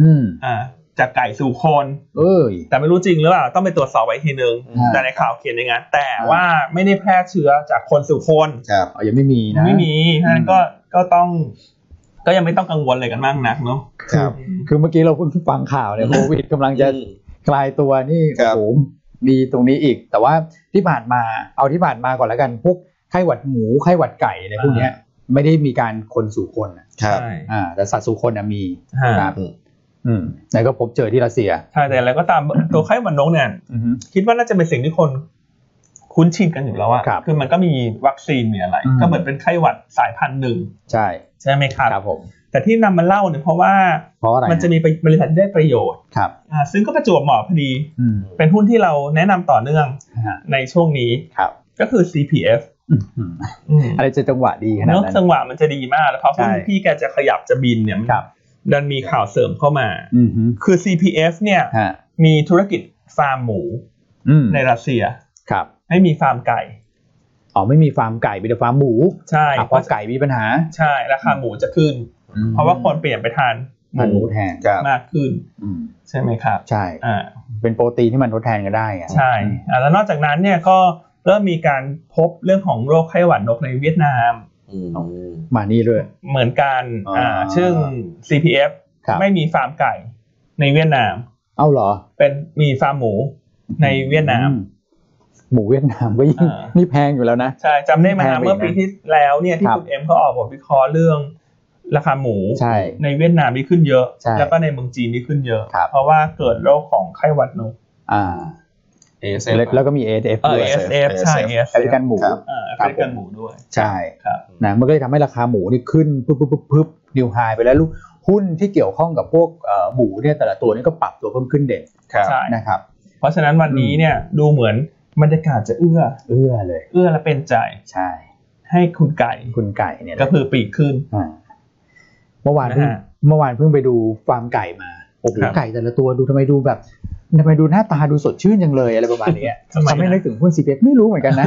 B: อืม
C: อ่าจากไก่สู่คน
B: เอ้ย
C: แต่ไม่รู้จริงหรือเปล่าต้องไปตรวจสอบไว้ทีนึง
A: อืม
C: แต่ในข่าวเขียนอย่างนั้นแต่ว่าไม่ได้แพร่เชื้อจากคนสู่คน
A: ครับ
B: เอายังไม่มีนะ
C: ไม่มี
B: อืม
C: ฉะนั้นก็ก็ต้อง ก็ยังไม่ต้องกังวลอะไรกันมากนักเนาะ
A: ครับ
B: คือเมื่อกี้เราเพิ่งฟังข่าว
C: <laughs>
B: เนี่ยโควิดกำลังจะ กลายตัวนี่
A: ครับ
B: โอ้โหมีตรงนี้อีก แต่ว่าที่ผ่านมาเอาที่ผ่านมาก่อนแล้วกันพวกไข้หวัดหมูไข้หวัดไก่อะไรพวกเนี้ยไม่ได้มีการคนสู่คนอะ
A: ครับ
B: อ่า แต่สัตว์สู่คนอะมี
C: ฮะ
B: ครับอืมแล้วก็พบเจอที่รัสเซีย
C: ใช่แต่อะไรก็ตามตัวไข้หวัดนกเนี่ย คิดว่าน่าจะเป็นสิ่งที่คนคุ้นชินกันอยู่แล้วอะ
B: ครับ
C: คือมันก็มีวัคซีนมีอะไร
B: อืม
C: ก็เหมือนเป็นไข้หวัดสายพันธุ์หนึ่ง
B: ใช่
C: ใช่ไหมครับ
B: ครับผม
C: แต่ที่นำมาเล่าเนี่ยเพราะว่า
B: เพราะอะไร
C: มันจะมีบริษัทที่ได้ประโยชน์
B: ครับ
C: อ่าซึ่งก็ประจวบเหมาะพอดี
B: อืม
C: เป็นหุ้นที่เราแนะนำต่อเนื่อง
B: ฮะ
C: ในช่วงนี้
B: ครับ
C: ก็คือ CPF
B: อืม
C: อืม
B: อะไรจะจังหวะดีขนาด
C: เนอะ
B: นั้น
C: จังหวะมันจะดีมากแล้วเพราะหุ้น
B: ใช่
C: ที่แกจะขยับจะบินเนี่ยมัน
B: ครับ
C: ดันมีข่าวเสริมเข้ามา
B: อืมฮึ
C: คือ CPF เนี่ย
B: ฮะ
C: มีธุรกิจฟาร์มหมู
B: อืม
C: ในรัสเซีย
B: ครับ
C: ไม่มีฟาร์มไก่
B: อ๋อไม่มีฟาร์มไก่มีแต่ฟาร์มหมู
C: ใช่
B: อ่ะพอไก่มีปัญหา
C: ใช่ราคาหมูจะขึ้น เพราะว่าคนเปลี่ยนไปทานห
B: มันห
C: มู
B: มูแทน
A: ครับ
C: มากขึ้น
B: อืม
C: ใช่ไหมครับ
B: ใช่
C: อ่า
B: เป็นโปรตีนที่มันทดแทนกันได้อะ
C: ใช่อ่ะแล้วนอกจากนั้นเนี่ยก็เริ่มมีการพบเรื่องของโรคไข้หวัดนกในเวียดนาม
A: อืม
B: มานี่ด้วย
C: เหมือนกัน
B: อ่า
C: อ่าซึ่ง CPF
B: ครับ
C: ไม่มีฟาร์มไก่ในเวียดนาม
B: เอ้าเหรอ
C: เป็นมีฟาร์มหมูในเวียดนาม
B: อืหมูเวียดนามก็ยิ่ง
C: อ่านี่
B: นี่แพงอยู่แล้วนะ
C: ใช่จำได้ไหมฮะ
B: แพงไปอีกนะ
C: เมื่อปีที่แล้วเนี่ยที่
B: ครับ
C: คุณเอ็มเขาออกบทวิเคราะห์เรื่องราคาหมู
B: ใช่
C: เวียดนามนี่ขึ้นเยอะ
B: ใช่
C: แล้วก็ในเมืองจีนนี่ขึ้นเยอะ
B: ครับ
C: เพราะว่าเกิดโรคของไข้หวัดนก
B: อ่า
A: ASF
B: แล้วแล้วก็มี ASF
C: เออ
B: ด้วย
C: ASF ใช่ ASF
B: แอฟริกันหมู
A: ครับ
C: เอ่อแอฟริกันหมูด้วย
B: ใช่
C: ครับ
B: นะมันก็เลยทำให้ราคาหมูนี่ขึ้นปุ๊บปุ๊บปุ๊บปุ๊บนิวไฮไปแล้วลูกหุ้นที่เกี่ยวข้องกับพวกเอ่อหมูเนี่ยแต่ละตัวนี่ก็ปรับตัวเพิ่มขึ้นเด่น
A: ครับ
C: ใช่
B: นะครับ
C: เพราะฉะนั้นวันนี้เนี่ยดูเหมือนบรรยากาศจะเอื้อ
B: เอื้อเลย
C: เอื้อและเป็นใจ
B: ใช่
C: ให้คุณไก่
B: คุณไก่เนี่ยแห
C: ก็
B: ละ
C: คือปีกขึ้น
B: อ่าเมื่อวานเพิ่ง
C: นะฮะ
B: เมื่อวานเพิ่งไปดูฟาร์มไก่มาโอ้โห
C: ครับ
B: ไก่แต่ละตัวดูทำไมดูแบบทำไมดูหน้าตาดูสดชื่นจังเลยอะไรประมาณ
C: <laughs>
B: เนี้ย
C: ทำไม
B: ทำให้นึ
C: นะ
B: กถึงหุ้น CPF ไม่รู้เหมือน
C: <laughs>
B: กันนะ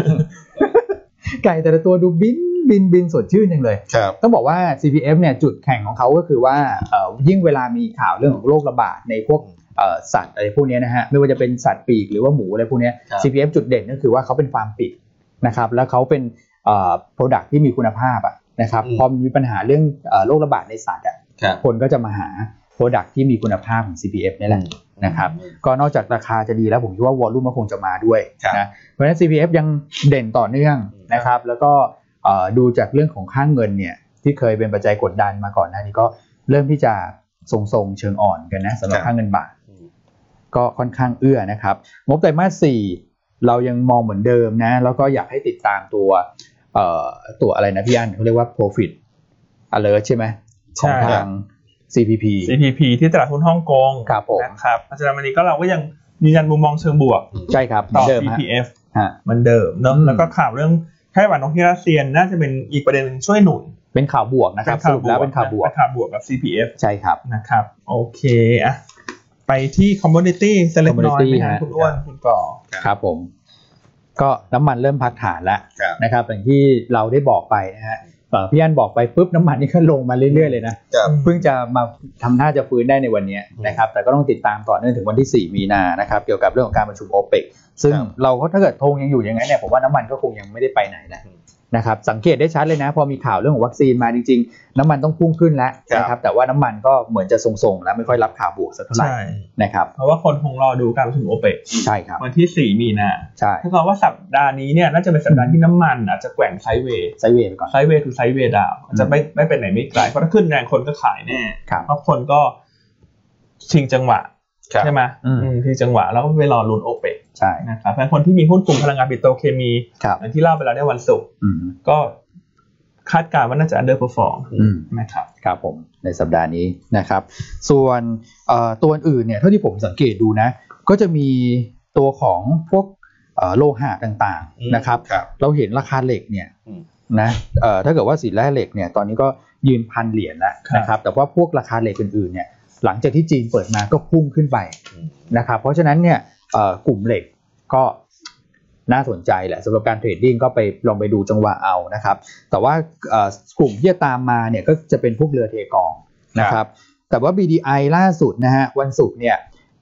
B: ไก่แต่ละตัวดูบินบินบินสดชื่นจังเลย
A: ครับ
B: ต้องบอกว่า CPF เนี่ยจุดแข่งของเขาก็คือว่าเอ่อยิ่งเวลามีข่าวเรื่องของโรคระบาดในพวกเอ่อสัตว์อะไรพวกเนี้ยนะฮะไม่ว่าจะเป็นสัตว์ปีกหรือว่าหมูอะไรพวกเนี้ย
A: ครับ
B: CPF จุดเด่นก็คือว่าเขาเป็นฟาร์มปิดนะครับแล้วเขาเป็นเอ่อ product ที่มีคุณภาพอะนะครับ
A: อืม
B: พอมีปัญหาเรื่องเอ่อโรคระบาดในสัตว์อะ
A: ครับ
B: คนก็จะมาหา product ที่มีคุณภาพของ CPF นี่แหละ นะครับ ก็นอกจากราคาจะดีแล้วผมคิดว่าวอลลุ่มก็คงจะมาด้วย
A: ครับ
B: นะเพราะฉะนั้น CPF ยังเด่นต่อเนื่องนะครับ แล้วก็เอ่อดูจากเรื่องของค่างเงินเนี่ยที่เคยเป็นปัจจัยกดดันมาก่อนหน้านี้ก็เริ่มที่จะทรงๆเชิงอ่อนกันนะสำหรั
A: ค
B: บ
A: รับ
B: ค่างเงินบาท
A: อืม
B: ก็ค่อนข้างเอื้อนะครับ งบไตรมาส4เรายังมองเหมือนเดิมนะ แล้วก็อยากให้ติดตามตัวเอ่อตัวอะไรนะพี่อันเขาเรียกว่า profit alert ใช่ไหมของทาง CPP
C: CPP ที่ตลาดหุ้นฮ่องกง
B: ครับผม
C: นะครับเพราะฉะนั้นวันนี้ก็เราก็ยังยืนยันมุมมองเชิงบวก
B: ใช่ครับเหมื
C: ต่
B: อน
C: อ
B: เดิมฮะ
C: CPF
B: ฮะ
C: เหมือนเดิมเนอะ
B: อืม
C: แล้วก็ข่าวเรื่องไข้หวัดนกที่รัสเซียน่าจะเป็นอีกประเด็นหนึ่งช่วยหนุน
B: เป็นข่าวบวกนะครับสรุปแล้วเป็นข่าวบวก
C: เป็นข่าวบวกกับ CPF
B: ใช่ครับ
C: นะครับโอเคอะไปที่ commodity สักเล็กน้อย
B: commodity
C: ไหมฮะ
B: ฮะ
C: คุณอ้วนคุณก่อ
B: ครับผม ก็น้ำมันเริ่มพักฐานแล้ว
A: ครับ
B: นะครับอย่างที่เราได้บอกไปนะฮะเอ่อพี่อันบอกไปปุ๊บน้ำมันนี่ก็ลงมาเรื่อยๆเลยนะครับ เพิ่งจะมาทำท่าจะฟื้นได้ในวันเนี้ยนะครับ แต่ก็ต้องติดตามต่อเนื่องถึงวันที่ 4 มีนานะครับ เกี่ยวกับเรื่องของการประชุมโอเปกซึ่ง
A: ครับ
B: เราก็ถ้าเกิดธงยังอยู่อย่างนั้นเนี่ยผมว่าน้ำมันก็คงยังไม่ได้ไปไหนนะนะครับ สังเกตได้ชัดเลยนะ พอมีข่าวเรื่องของวัคซีนมาจริง ๆ น้ำมันต้องพุ่งขึ้นแล้วนะครับ แต่ว่าน้ำมันก็เหมือนจะทรงๆแล้วไม่ค่อยรับข่าวบวกสักเท่าไหร่
C: ใช่
B: นะครับ
C: เพราะว่าคนคงรอดูการประชุมโอเปก
B: ใช่ครับ
C: วันที่ 4 มีนา
B: ใช่
C: ถ้าเกิดว่าสัปดาห์นี้เนี่ยน่าจะเป็นสัปดาห์ที่น้ำมันอาจจะแกว่งไซด์เวย์
B: ไซด์เวย์ไปก่อน
C: ไซด์เวย์คือไซด์เวย์ดาวอาจจะไม่ไม่เป็นไหนไม่ไกลเพราะถ้าขึ้นแรงคนก็ขายแน่
B: ครับ
C: เพราะคนก็ชิงจังหวะใช่ไหม
B: อืม
C: อืมชิงจังหวะแล้วก็ไปรอลุ้นโอเปก
B: ใช่
C: นะครับเพราะฉะนั้นคนที่มีหุ้นกลุ่มพลังงานปิโตรเคมี
B: ครับ
C: อย่างที่เล่าไปแล้วในวันศุกร์
B: อืม
C: ก็คาดการณ์ว่าน่าจะ underperform
B: อืม
C: นะครับ
B: ครับผมในสัปดาห์นี้นะครับ ส่วนเอ่อตัวอื่นเนี่ยเท่าที่ผมสังเกตดูนะ ก็จะมีตัวของพวกเอ่อโลหะต่างๆนะครับ
A: ครับ
B: เราเห็นราคาเหล็กเนี่ย
A: อืม
B: นะเอ่อถ้าเกิดว่าสินแร่เหล็กเนี่ยตอนนี้ก็ยืนพันเหรียญแล้ว
C: ครับ
B: นะครับ แต่ว่าพวกราคาเหล็กอื่นๆเนี่ยหลังจากที่จีนเปิดมาก็พุ่งขึ้นไป
A: อืม
B: นะครับเพราะฉะนั้นเนี่ยเอ่อกลุ่มเหล็กก็น่าสนใจแหละสำหรับการเทรดดิ้งก็ไปลองไปดูจังหวะเอานะครับ แต่ว่าเอ่อกลุ่มที่จะตามมาเนี่ยก็จะเป็นพวกเรือเทกองนะครับแต่ว่า BDI ล่าสุดนะฮะวันศุกร์เนี่ย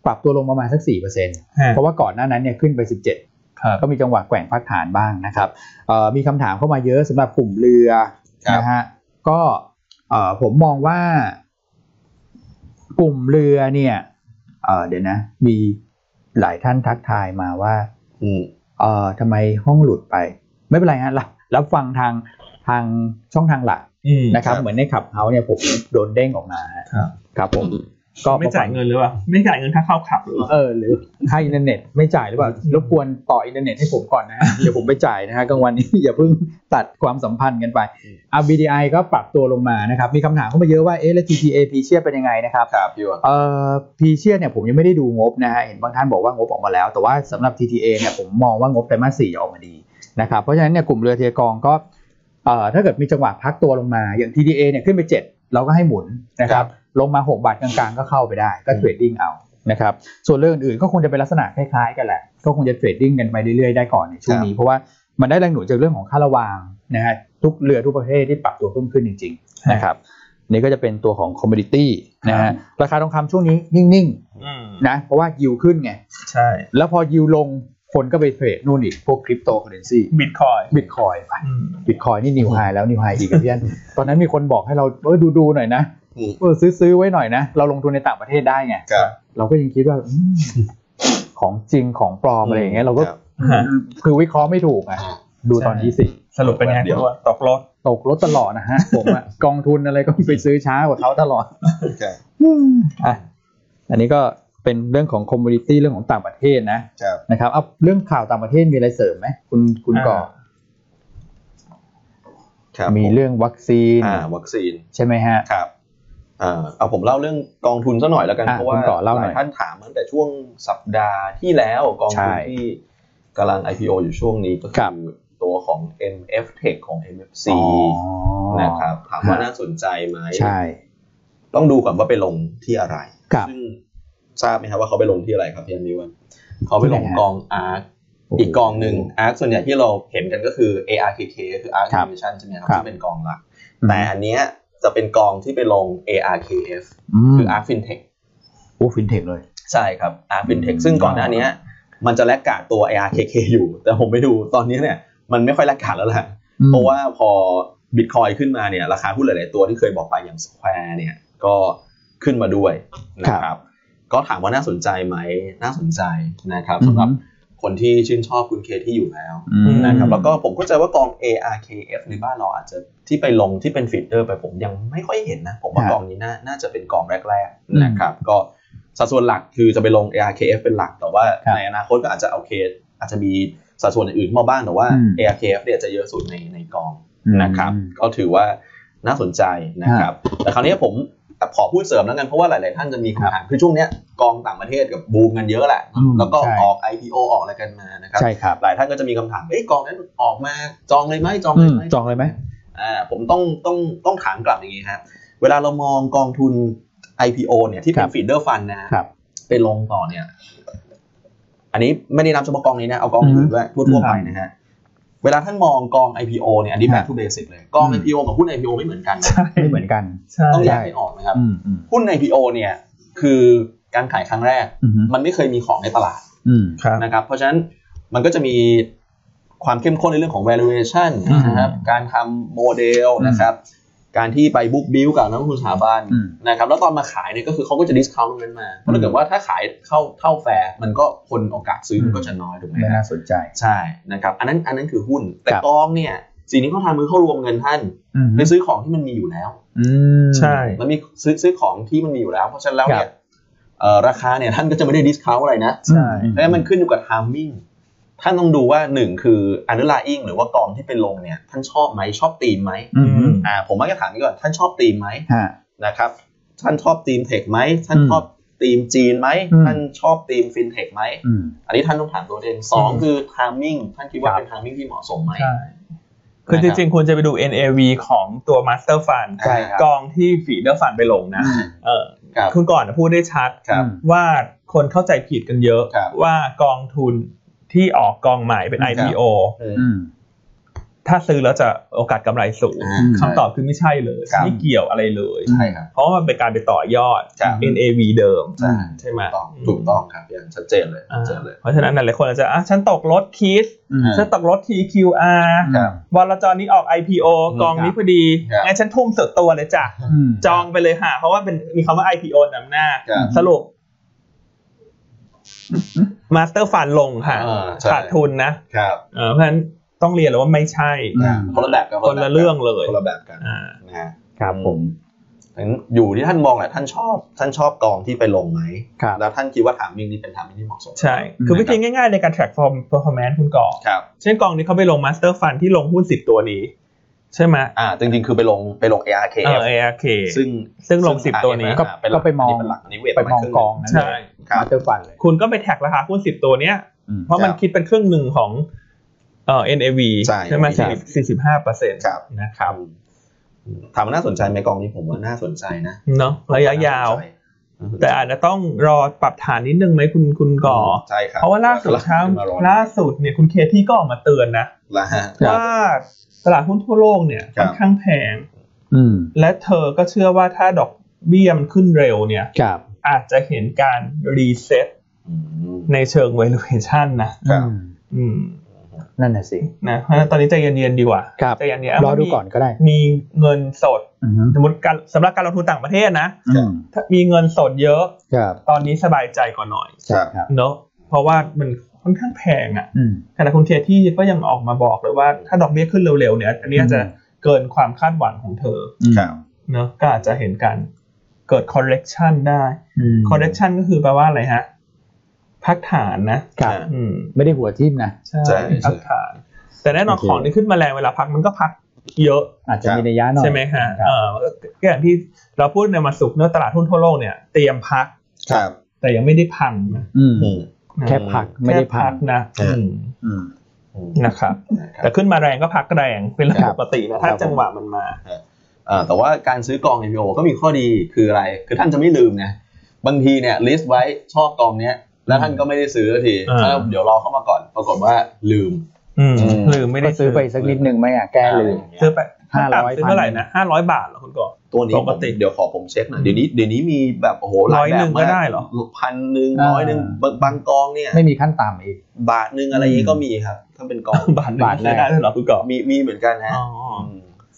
B: ปรับตัวลงประมาณสัก 4%เ
C: ฮะ
B: พราะว่าก่อนหน้านั้นเนี่ยขึ้นไป 17
C: ครับ
B: ก็มีจังหวะแกว่งพักฐานบ้างนะครับเอ่อมีคำถามเข้ามาเยอะสำหรับกลุ่มเรือ
A: ครับ
B: นะฮะก็เอ่อผมมองว่า กลุ่มเรือเนี่ยเอ่อเดี๋ยวนะ มีหลายท่านทักทายมาว่า
A: อืม
B: เอ่อทำไมห้องหลุดไป ไม่เป็นไรฮะรับรับฟังทางทางช่องทางหลัก
C: อืม
B: นะครับ เหมือนในขับเฮาเนี่ยผมโดนเด้งออกมาฮะ
C: ครับ
B: ครับผม ก็
C: ไม่จ่ายเงินหรือเปล่าไม่จ่ายเงินค่าเข้าขับหรือเปล่า
B: เออหรือค่าอินเทอร์เน็ตไม่จ่ายหรือเปล่ารบกวนต่ออินเทอร์เน็ตให้ผมก่อนนะ <laughs> ฮะ เดี๋ยวผมไปจ่ายนะฮะกลางวันนี้ <laughs> อย่าเพิ่งตัดความสัมพันธ์กันไปอ่ะ BDI ก็ปรับตัวลงมานะครับ มีคำถามเข้ามาเยอะว่าเอ๊ะแล้ว TTAP เชียเป็นยังไงนะครับ
A: ครับพี่อ้วน
B: เอ่อพีเชียเนี่ยผมยังไม่ได้ดูงบนะฮะเห็นบางท่านบอกว่างบออกมาแล้ว แต่ว่าสำหรับ TTA เนี่ยผมมองว่างบไตรมาสสี่จะออกมาดีนะครับเพราะฉะนั้นเนี่ยกลุ่มเรือเทียกองก็เอ่อถ้าเกิดมีจังหวะพักตัวลงมาอย่าง TTA เนี่ยขึ้นไป 7 เราก็ให้หมุนนะค
A: ครั
B: รับบ ลงมา 6 บาทกลางๆ ก็เข้าไปได้ก็เทรดดิ้งเอานะครับส่วนเรื่องอื่นๆก็คงจะเป็นลักษณะคล้ายๆกันแหละ ก็คงจะเทรดดิ้งกันไปเรื่อยๆได้ก่อนในช่วงนี้เพราะว่ามันได้แรงหนุนจากเรื่องของค่าระวางนะฮะทุกเรือทุกประเทศที่ปรับตัวเพิ่มขึ้นจริงๆนะครับ นี่ก็จะเป็นตัวของคอมม o ดิตี้นะฮะราคาทองคำช่วงนี้นิ่ง
C: อืม
B: ๆนะเพราะว่ายิวขึ้นไง
C: ใช่
B: แล้วพอยิวลงคนก็ไปเทรดนู่นอีก พวกคริปโตเคอเรนซี
C: บิตคอย
B: บิตคอยไปบิตคอยนี่นิวไฮแล้วนิวไฮอีกครับพี่อัน <laughs> ตอนนั้นมีคนบอกให้เราเออดูดูๆหน่อยนะ
A: อืม
B: เออซื้อซื้อไว้หน่อยนะ เราลงทุนในต่างประเทศได้ไง
A: ครับ
B: เราก็ยังคิดว่าอืมของจริงของปลอมอะไรอย่างเงี้ยเราก็คือวิเคราะห์ไม่ถูกอ่ะดูตอนนี้สิ
C: สรุปเป็นไงคุณอ้วนตกรถ
B: ตกรถตลอดนะฮะ ผมอะกองทุนอะไรก็ไปซื้อช้ากว่าเขาตลอด
A: ครับ
B: อ่ะอันนี้ก็ เป็นเรื่องของคอมมูนิตี้เรื่องของต่างประเทศนะนะครับเอาเรื่องข่าวต่างประเทศมีอะไรเสริมไหมคุณคุณก่อ
A: ครับ
B: มีเรื่องวัคซีน
A: อ่าวัคซีน
B: ใช่ไหมฮะ
A: ครับอ่าเอาผมเล่าเรื่องกองทุนซะหน่อยแล้วกัน
B: อ่ะ
A: เพราะว่า
B: คุณต่อเล่าหน่อย
A: ท่านถามมาตั้งแต่ช่วงสัปดาห์ที่แล้วกองทุน
B: ใช่
A: ที่กำลัง IPO อยู่ช่วงนี้ก็
B: ครับ
A: คือตัวของ MF Tech ของ MFC
B: อ๋อ
A: นะครับถามว่า
B: ฮะ
A: น่าสนใจไหม
B: ใช่
A: ต้องดูก่อนว่าไปลงที่อะไร
B: กับ
A: ซึ่งทราบไหมครับว่าเขาไปลงที่อะไรครับพี่อันนิวันเขาไปลง
B: ที่ไหนฮะ
A: กอง ARK อีกกองหนึ่ง ARK ส่วนใหญ่ที่เราเห็นกันก็คือ ARKK คือ ARK
B: ครับ
A: Innovation ใช่ไหมครับ
B: ครับ
A: ที่งเป็นกองหลัก แต่อันเนี้ยจะเป็นกองที่ไปลง ARKF
B: คื
A: คือ อ
B: อ่ะ
A: ARK FinTech
B: โอ้ฟินเทคเลย
A: ใช่ครับ ARK FinTech
B: อืม
A: ซึ่งก่อนหน้าเนี้ยมันจะแลกกาดตัว ARKK อยู่ แต่ผมไปดูตอนเนี้ยเนี่ยมันไม่ค่อยแลกกาดแล้วแหละเพราะว่าพอ Bitcoin ขึ้นมาเนี่ยราคาหุ้นหลาย ๆ ตัวที่เคยบอกไปอย่าง Square เนี่ยก็ขึ้นมาด้วยนะค
B: ครั
A: รับ
B: บ
A: ก็ถามว่าน่าสนใจไหมน่าสนใจนะครับ
B: อืม
A: สำหรับคนที่ชื่นชอบคุณเคที่อยู่แล้ว
B: อืม
A: นะครับแล้วก็ผมเข้าใจว่ากอง ARKF ในบ้านเราอาจจะที่ไปลงที่เป็นฟีดเดอร์ไปผมยังไม่ค่อยเห็นนะ ผมว่า
B: ครับ
A: กองนี้น่าน่าจะเป็นกองแรกๆนะครับก็สัดส่วนหลักคือจะไปลง ARKF เป็นหลัก แต่ว่า
B: ครับ
A: ในอนาคตก็อาจจะโอเค อาจจะมีสัดส่วนอื่นๆมาบ้างแต่ว่า
B: อืม
A: ARKF เนี่ยจะเยอะสุดในในกองนะครับก็ถือว่าน่าสนใจนะครับแต่คราวนี้ผมขอพูดเสริมแล้วกันเพราะว่าหลาย ๆ ท่านจะมีคำถามคือช่วงเนี้ยกองต่างประเทศกับบูมกันเยอะแหละ
B: อืม
A: แล้วก็
B: ใช่
A: ออก IPO ออกอะไรกันมานะครับ
B: ใช่ครับ
A: หลายท่านก็จะมีคำถามเอ้ยกองนั้นออกมาจองเลยไหมจอง
B: อื
A: เลย
B: ม
A: ไหม
B: จองเลยไหม
A: อ่าผมต้องต้องต้องถามกลับอย่างนี้ฮะเวลาเรามองกองทุน IPO เนี่ยที่เป็
B: ครั
A: น
B: บ
A: ฟีดเดอร์ฟันนะครับ ไปลงต่อเนี่ย อันนี้ไม่ได้นับเฉพาะกองนี้นะ เอากองอื่
B: อื
A: น
B: ม
A: ด้วยทั่วๆไปนะฮะ เวลาท่านมองกอง IPO เนี่ยอันนี้
B: ครับ
A: back to basic เลย กอง
B: อืม
A: IPO กับหุ้น IPO ไม่เหมือนกันนะ
C: ใช่
B: ไม่เหมือนกัน
C: ใช่
A: ต้องแยกให้ออกนะครับ
B: อืมอืม
A: หุ้น IPO เนี่ยคือการขายครั้งแรก
B: อืม
A: มันไม่เคยมีของในตลาด
B: อืม
C: ครับ
A: นะครับเพราะฉะนั้นมันก็จะมีความเข้มข้นในเรื่องของ valuation
B: อืม
A: นะครับการทำโมเดลนะครับการที่ไปบุ๊กบิลกับนักลงทุนสถาบัน
B: อืม
A: นะครับแล้วตอนมาขายเนี่ยก็คือเขาก็จะดิสคาวตรงนั้นมาเพราะถ้าเกิดว่าถ้าขายเข้าเท่าแฟร์มันก็คนโอกาสซื้ออ
B: ม
A: มันก็จะน้อยถูกไหม
B: ไม่
A: ครับ
B: น่าสนใจ
A: ใช่นะครับอันนั้นอันนั้นคือหุ้น แต่
B: ครับ
A: กองเนี่ยสิ่งที่เขาทำคือเขารวมเงินท่าน
B: อืม
A: ไปซื้อของที่มันมีอยู่แล้ว
B: อืม
C: ใช่
A: มันมีซื้อซื้อของที่มันมีอยู่แล้ว เพราะฉะนั้นแล้วเนี่
B: ครั
A: ย
B: บ
A: เอ่อราคาเนี่ยท่านก็จะไม่ได้ดิสคาวอะไรนะ
B: ใช่
A: เพราะฉะนั้นมันขึ้นอยู่กับ timing ท่านต้องดูว่าหนึ่งคือ underlying หรือว่ากองที่เป็นลงเนี่ย ท่านชอบไหมชอบธีมไหม
B: อืม
A: อ่าผมมักจะถามนี้ก่อน ท่านชอบธีมไหม
B: ฮะ
A: นะครับ ท่านชอบธีมเทคไหมท่าน
B: อืม
A: ชอบธีมจีนไหม
B: อืม
A: ท่านชอบธีมฟินเทคไหม
B: อืม
A: อันนี้ท่านต้องถามตัวเองสอง
C: อืม
A: คือ timing ท่านคิดว่า
B: ครับ
A: เป็น timing ที่เหมาะสมไหม
C: ใช่คือจริงๆควรจะไปดู NAV ของตัว Master Fund
A: ใช่ครับ
C: กองที่ฟีเดอร์ฟันไปลงนะเออ
A: ครับ
C: คุณก่อนพูดได้ชัด
A: ครับ
C: ว่าคนเข้าใจผิดกันเยอะ
A: ครับ
C: ว่ากองทุนที่ออกกองใหม่เป็น
B: ครับ
C: IPO
B: อืม
C: ถ้าซื้อแล้วจะโอกาสกำไรสูง
A: อ่า
B: อืม
C: คำตอบคือไม่ใช่เลย
A: ครับ
C: ไม่เกี่ยวอะไรเลย
A: ใช่ครับ
C: เพราะว่ามันเป็นการไปต่อยอด
A: ครับ
C: NAV เดิม
A: ใช่
C: ใช่ไหม
A: ถูกต้องถูกต้องครับพี่อันชัดเจนเลย
C: อ่า
A: ชัดเจนเลย
C: เพราะฉะนั้นหลายๆคนอาจจะอ่ะฉันตกรถคิด
B: อืม
A: อ่า
C: ฉันตกรถ TQR
B: ครับ
C: บอลจรนี้ออก IPO
A: อืม
C: กองนี้
A: ครับ
C: พอดี
A: ครับ
C: งั้นฉันทุ่มสุดตัวเลยจ้ะ จองไปเลยค่ะ เพราะว่าเป็นมีคำว่า IPO นำหน้า
A: ครับ
C: สรุปมาสเตอร์ฟันลงค่ะ
A: อ่าใช่
C: ขาดทุนนะครับเอ่อเพราะฉะนั้นต้องเรียนเลยว่าไม่ใช่
B: อืม
A: อ่าคนละแบบกัน
C: คนละเรื่องเลย
A: คนละแบบกัน
C: อ่า
A: นะฮะ
B: ครับผม
A: งั้นอยู่ที่ท่านมองแหละท่านชอบท่านชอบกองที่ไปลงไหม
B: ครับ
A: แล้วท่านคิดว่าถามมิงนี่เป็นถามมิงที่เหมาะสม
C: ใช่ คือวิธีง่ายๆในการ track form performance คุณก่อ
A: ครับ
C: เช่นกองนี้เขาไปลง Master Fund ที่ลงหุ้นสิบตัวนี้ ใช่ไหม
A: อ่าจริงๆคือไปลงไปลง ARK
C: เออ ARK
A: ซึ่ง
C: ซึ่งลงสิบตัวนี้
A: อ่าเป็นหลั
B: ก็ไปมอง
A: นนี้เป็นหลักนนี้เวท
B: ไปมอง
A: นขึ้น
B: กองนั้น
C: ใช่
A: ครั
B: มา
A: บ
B: เตอร์ฟันเลย
C: คุณก็ไปแท็กราคาหุ้นสิบตัวเนี้ย
B: อืม
C: เพราะมัน
A: ครับคิ
C: คิดเป็นครึ่งหนึ่งของเอ่อ NAV
A: ใช่
C: ไหม
A: ครับ
C: สี่สิบห้าเปอร์เซ็นต์
A: ครับ
C: นะครับ
A: ถามว่าน่าสนใจไหมกองนี้ผมว่าน่าสนใจนะ
C: เนาะระยะยาว
A: น่สนใจ
C: แต่อาจจะต้องรอปรับฐานนิดนึงไหมคุณคุณก่อ
A: ใช่ครับ
C: เพราะว่าล่าสุดเช้าล่าสุดเนี่ยคุณเคที่ก็ออกมาเตือนนะ
A: ละฮะ
B: ครับ
C: ว่าตลาดหุ้นทั่วโลกเนี่ย
A: ครั
C: ค่
A: บ
C: อนข้างแพง
B: อืม
C: และเธอก็เชื่อว่าถ้าดอกเบี้ยมันขึ้นเร็วเนี่ย
B: ครับ
C: อาจจะเห็นการรีเซ็ต
A: อืม
C: ในเชิง valuation นะครับ
B: อืม
C: อืม
B: นั่นน่ะสิ
C: นะเพราะฉะนั้นตอนนี้ใจเย็นๆดีกว่า
B: ครับ
C: ใจเย็น
B: รอดูก่อนก็ได้
C: มีเงินสด
B: อืม
C: สมมติการสำหรับการลงทุนต่างประเทศนะ
B: อืม
C: ถ้ามีเงินสดเยอะ
B: ครับ
C: ตอนนี้สบายใจกว่าหน่อย
B: ใช่ครับ
C: เนอะเพราะว่ามันค่อนข้างแพงอะ่ะ
B: อืม
C: ขณะคุณเคที่ก็ยังออกมาบอกเลยว่าถ้าดอกเบี้ยขึ้นเร็วๆเนี่ย อันนี้อาจจะ
B: อืม
C: เกินความคาดหวังของเธอ
B: อืม
A: ครับ
C: เนอะก็อาจจะเห็นการ เกิด correction ได้
B: อืม
C: correction ก็คือแปลว่าอะไรฮะ พักฐานนะครับ อืม
B: ไม่ได้หัวทิ่มนะ
C: ใช่
A: ใช่
C: พักฐาน แต่แน่นอน
B: โอเค
C: ของที่ขึ้นมาแรงเวลาพักมันก็พักเยอะ
B: อาจจะมีนัยยะหน่อย
C: ใช่ไหมฮะ
B: ครับ
C: เออก็อย่างที่เราพูดในมาสุกร์เนื้อะตลาดหุ้นทั่วโลกเนี่ยเตรียมพัก
A: ครับ
C: แต่ยังไม่ได้พังนะ
B: อืม
A: อืม
C: นะ
B: แค่พักไม่ได้
C: แค่
B: พัก
C: นะ
A: ฮะ
C: อืม
B: อืม
A: อืม
C: นะครับ
A: ครับ
C: แต่ขึ้นมาแรงก็พักแรงเป็นเรื่อง
B: ครั
C: ป
B: บ
C: กตินะถ้าจังหวะมันมา
A: อ่าแต่ว่าการซื้อกอง IPO ก็มีข้อดีคืออะไร คือท่านจะไม่ลืมนะ บางทีเนี่ยลิสต์ไว้ชอบกองเนี้ย แล้วท่านก็ไม่ได้ซื้อสักที
C: อ่า
A: แล้วเดี๋ยวรอเข้ามาก่อน ปรากฏว่าลืม
C: อืม
A: อืม
C: ลืมไม่
B: ก็
C: ได้
B: ซื้อไปสักนิดหนึ่งไหมอ่ะแก้
A: อะไร
B: ลื
A: อ
B: ม
A: ย่างเงี้ย
C: ซื้อไปถ้า
B: ห้าร้
C: ต่ำ
B: อย
C: ซื้อเมื่อไหร่นะห้าร้อยบาทเหรอคุณก่อน
A: ตัวนี้
C: ปกติ
A: ผมเดี๋ยวขอผมเช็คหน่อยเดี๋ยวนี้เดี๋ยวนี้มีแบบโอ้โหหลาย
C: ร้อย
A: แบ
C: หนึ่
A: บ
C: งก็ได้เหรอ
A: พันหนึ่งร้อยหนึ่งบางบางกองเนี่ย
B: ไม่มีขั้นต่ำอีก
A: บาทหนึ่งอะไรอย่างงี้ก็มีครับ ถ้าเป็นกอง
C: บาทหนึ่ง
B: บาทแรก
C: ได้ด้วยเหรอคุณก่อน
A: มีมีเหมือนกันฮะ
C: อ๋อ
A: ม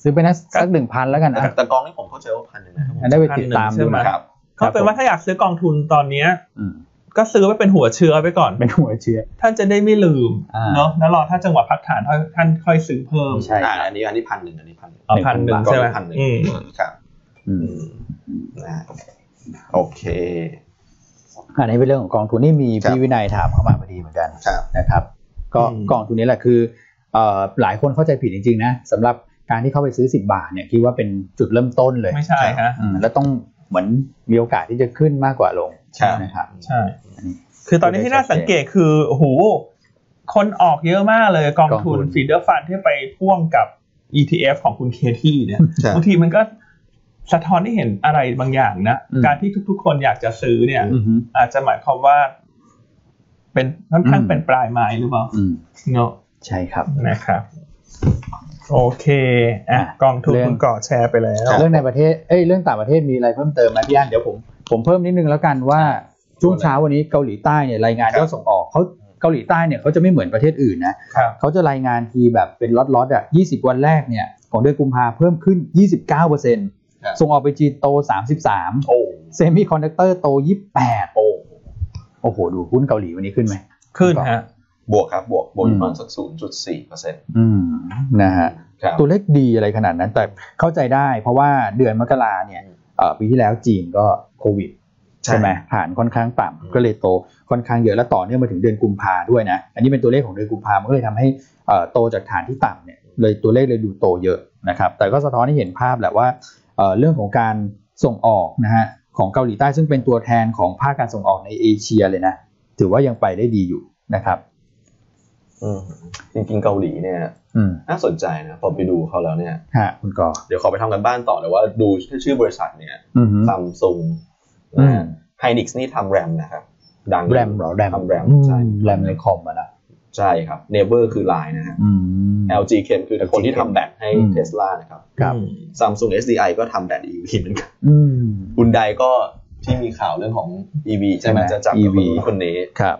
B: ซื้อไปนะสักหนึ่งพันแล้วกัน
A: แต่
B: อ่ะ
A: แต่กองนี้ผมเข้าใจว่าพันหนึ่งนะครับผม
B: อันได้ไปติดตามดู
C: พันหนึ่งใช่ไหม
B: นะ
A: ครับ
C: ก็เป็นว่าถ้าอยากซื้อกองทุนตอนเนี้ย
B: อืม
C: ก็ซื้อไว้เป็นหัวเชื้อไปก่อน
B: เป็นหัวเชื้อ
C: ท่านจะได้ไม่ลืม
B: อ่า
C: เนาะแล้วรอถ้าจังหวะพักฐานท่านท่านค่อยซื้อเพิ่ม
B: ใช่
A: อ่า
B: ครับ
A: อันนี้อันนี้พันหนึ่งอันนี้พัน
C: เอา
B: 1,000
C: พันหนึ่ง
B: บาท
C: ใช่ไหม
A: พันหนึ่ง
C: อืม
A: ครับ
B: อืม
A: อืมนะโอเค
B: อันนี้เป็นเรื่องของกองทุนนี่มี
A: ครับ
B: พี่วินัยถามเข้ามาพอดีเหมือนกัน
A: ครับ
B: นะครับก็กองทุนนี้แหละคือเอ่อหลายคนเข้าใจผิดจริงๆนะสำหรับการที่เข้าไปซื้อ 10 บาทเนี่ยคิดว่าเป็นจุดเริ่มต้นเลย
C: ไม่ใช่ฮะ
B: อืมแล้วต้องเหมือนมีโอกาสที่จะขึ้นมากกว่าลง
A: ครับ
B: นะครับ
C: ใช่ คือตอนนี้ที่น่าสังเกตคือโอ้โหคนออกเยอะมากเลยกอง
B: กองทุ
C: ทุน
B: น
C: ฟีเดอร์ฟันที่ไปพ่วงกับ ETF ของคุณเคที่เนี่ย
A: ใช่
C: บางทีมันก็สะท้อนให้เห็นอะไรบางอย่างนะ การที่ทุกๆคนอยากจะซื้อเนี่ย
B: อือฮึ
C: อาจจะหมายความว่า เป็นค่อนข้าง
B: อืม
C: เป็นปลายไม้หรือเปล่า
B: อืม
C: เนาะ
B: ใช่ครับ
C: นะครับ โอเคอ่ะ
B: อ่ะ
C: กองทุน
B: เรื่อง
C: คุณก่อแชร์ไปแล้ว
B: เรื่องในประเทศเอ้ยเรื่องต่างประเทศมีอะไรเพิ่มเติมไหมพี่อันเดี๋ยวผมผมเพิ่มนิดนึงแล้วกันว่าช่วงเช้าวันนี้เกาหลีใต้เนี่ยรายงาน
A: ครับ
B: ยอดส่งออกเขาเกาหลีใต้เนี่ยเขาจะไม่เหมือนประเทศอื่นนะ
C: ครับ
B: เขาจะรายงานทีแบบเป็นล็อตๆอ่ะ 20 วันแรกเนี่ย ของเดือนกุมภาเพิ่มขึ้น 29%ส่งออกไปจีนโต 33
A: โอ้
B: เซมิคอนดักเตอร์โต 28
A: โอ้
B: โอ้โห ดูหุ้นเกาหลีวันนี้ขึ้นไหม
C: ขึ้นฮะ
A: บวกครับบวกบวก
B: อืม
A: ประมาณสักศูนย์จุดสี่เปอร์เซ็นต์
B: อืม นะฮะ
A: ครับ
B: ตัวเลขดีอะไรขนาดนั้น แต่เข้าใจได้ เพราะว่าเดือนมกราเนี่ยเอ่อปีที่แล้วจีนก็โควิด ใช่ไหมฐานค่อนข้าง
A: อืม
B: ต่ำก็เลยโตค่อนข้างเยอะและต่อเนื่องมาถึงเดือนกุมภาด้วยนะ อันนี้เป็นตัวเลขของเดือนกุมภามันก็เลยทำให้เอ่อโตจากฐานที่ต่ำเนี่ยเลยตัวเลขเลยดูโตเยอะนะครับ แต่ก็สะท้อนให้เห็นภาพแหละว่าเอ่อเรื่องของการส่งออกนะฮะของเกาหลีใต้ซึ่งเป็นตัวแทนของภาคการส่งออกในเอเชียเลยนะถือว่ายังไปได้ดีอยู่นะครับ
A: อืมจริงๆเกาหลีเนี่ย
B: อืม
A: น่าสนใจนะพอไปดูเขาแล้วเนี่ย
B: ฮะคุณกอ
A: เดี๋ยวขอไปทำกันบ้านต่อเลยว่าดูชื่อบริษัทเนี่ย
B: อือหือ
A: ซัมซุง
B: อืม
A: ไฮนิกซ์นี่ทำแรมนะครับ ดัง
B: แรมเหรอแรม
A: ทำแรมใช่
B: แรมในคอมอะนะ
A: ใช่ครับเนเ o อร์คือไลน์นะฮะ
B: อืม
A: LG Chem คือคนที่ทำแบตให้
B: อืม
A: เทสลานะครับ
B: ครับ
A: ซัมซุง SDI ก็ทำแบต EV เหมือนกัน
B: อืม
A: คุณใดก็ที่มีข่าวเรื่องของ EV ใช่ไหม
B: ใช่ไหม
A: จะจับค
B: EV
A: นนี้คนนี้
B: ครับ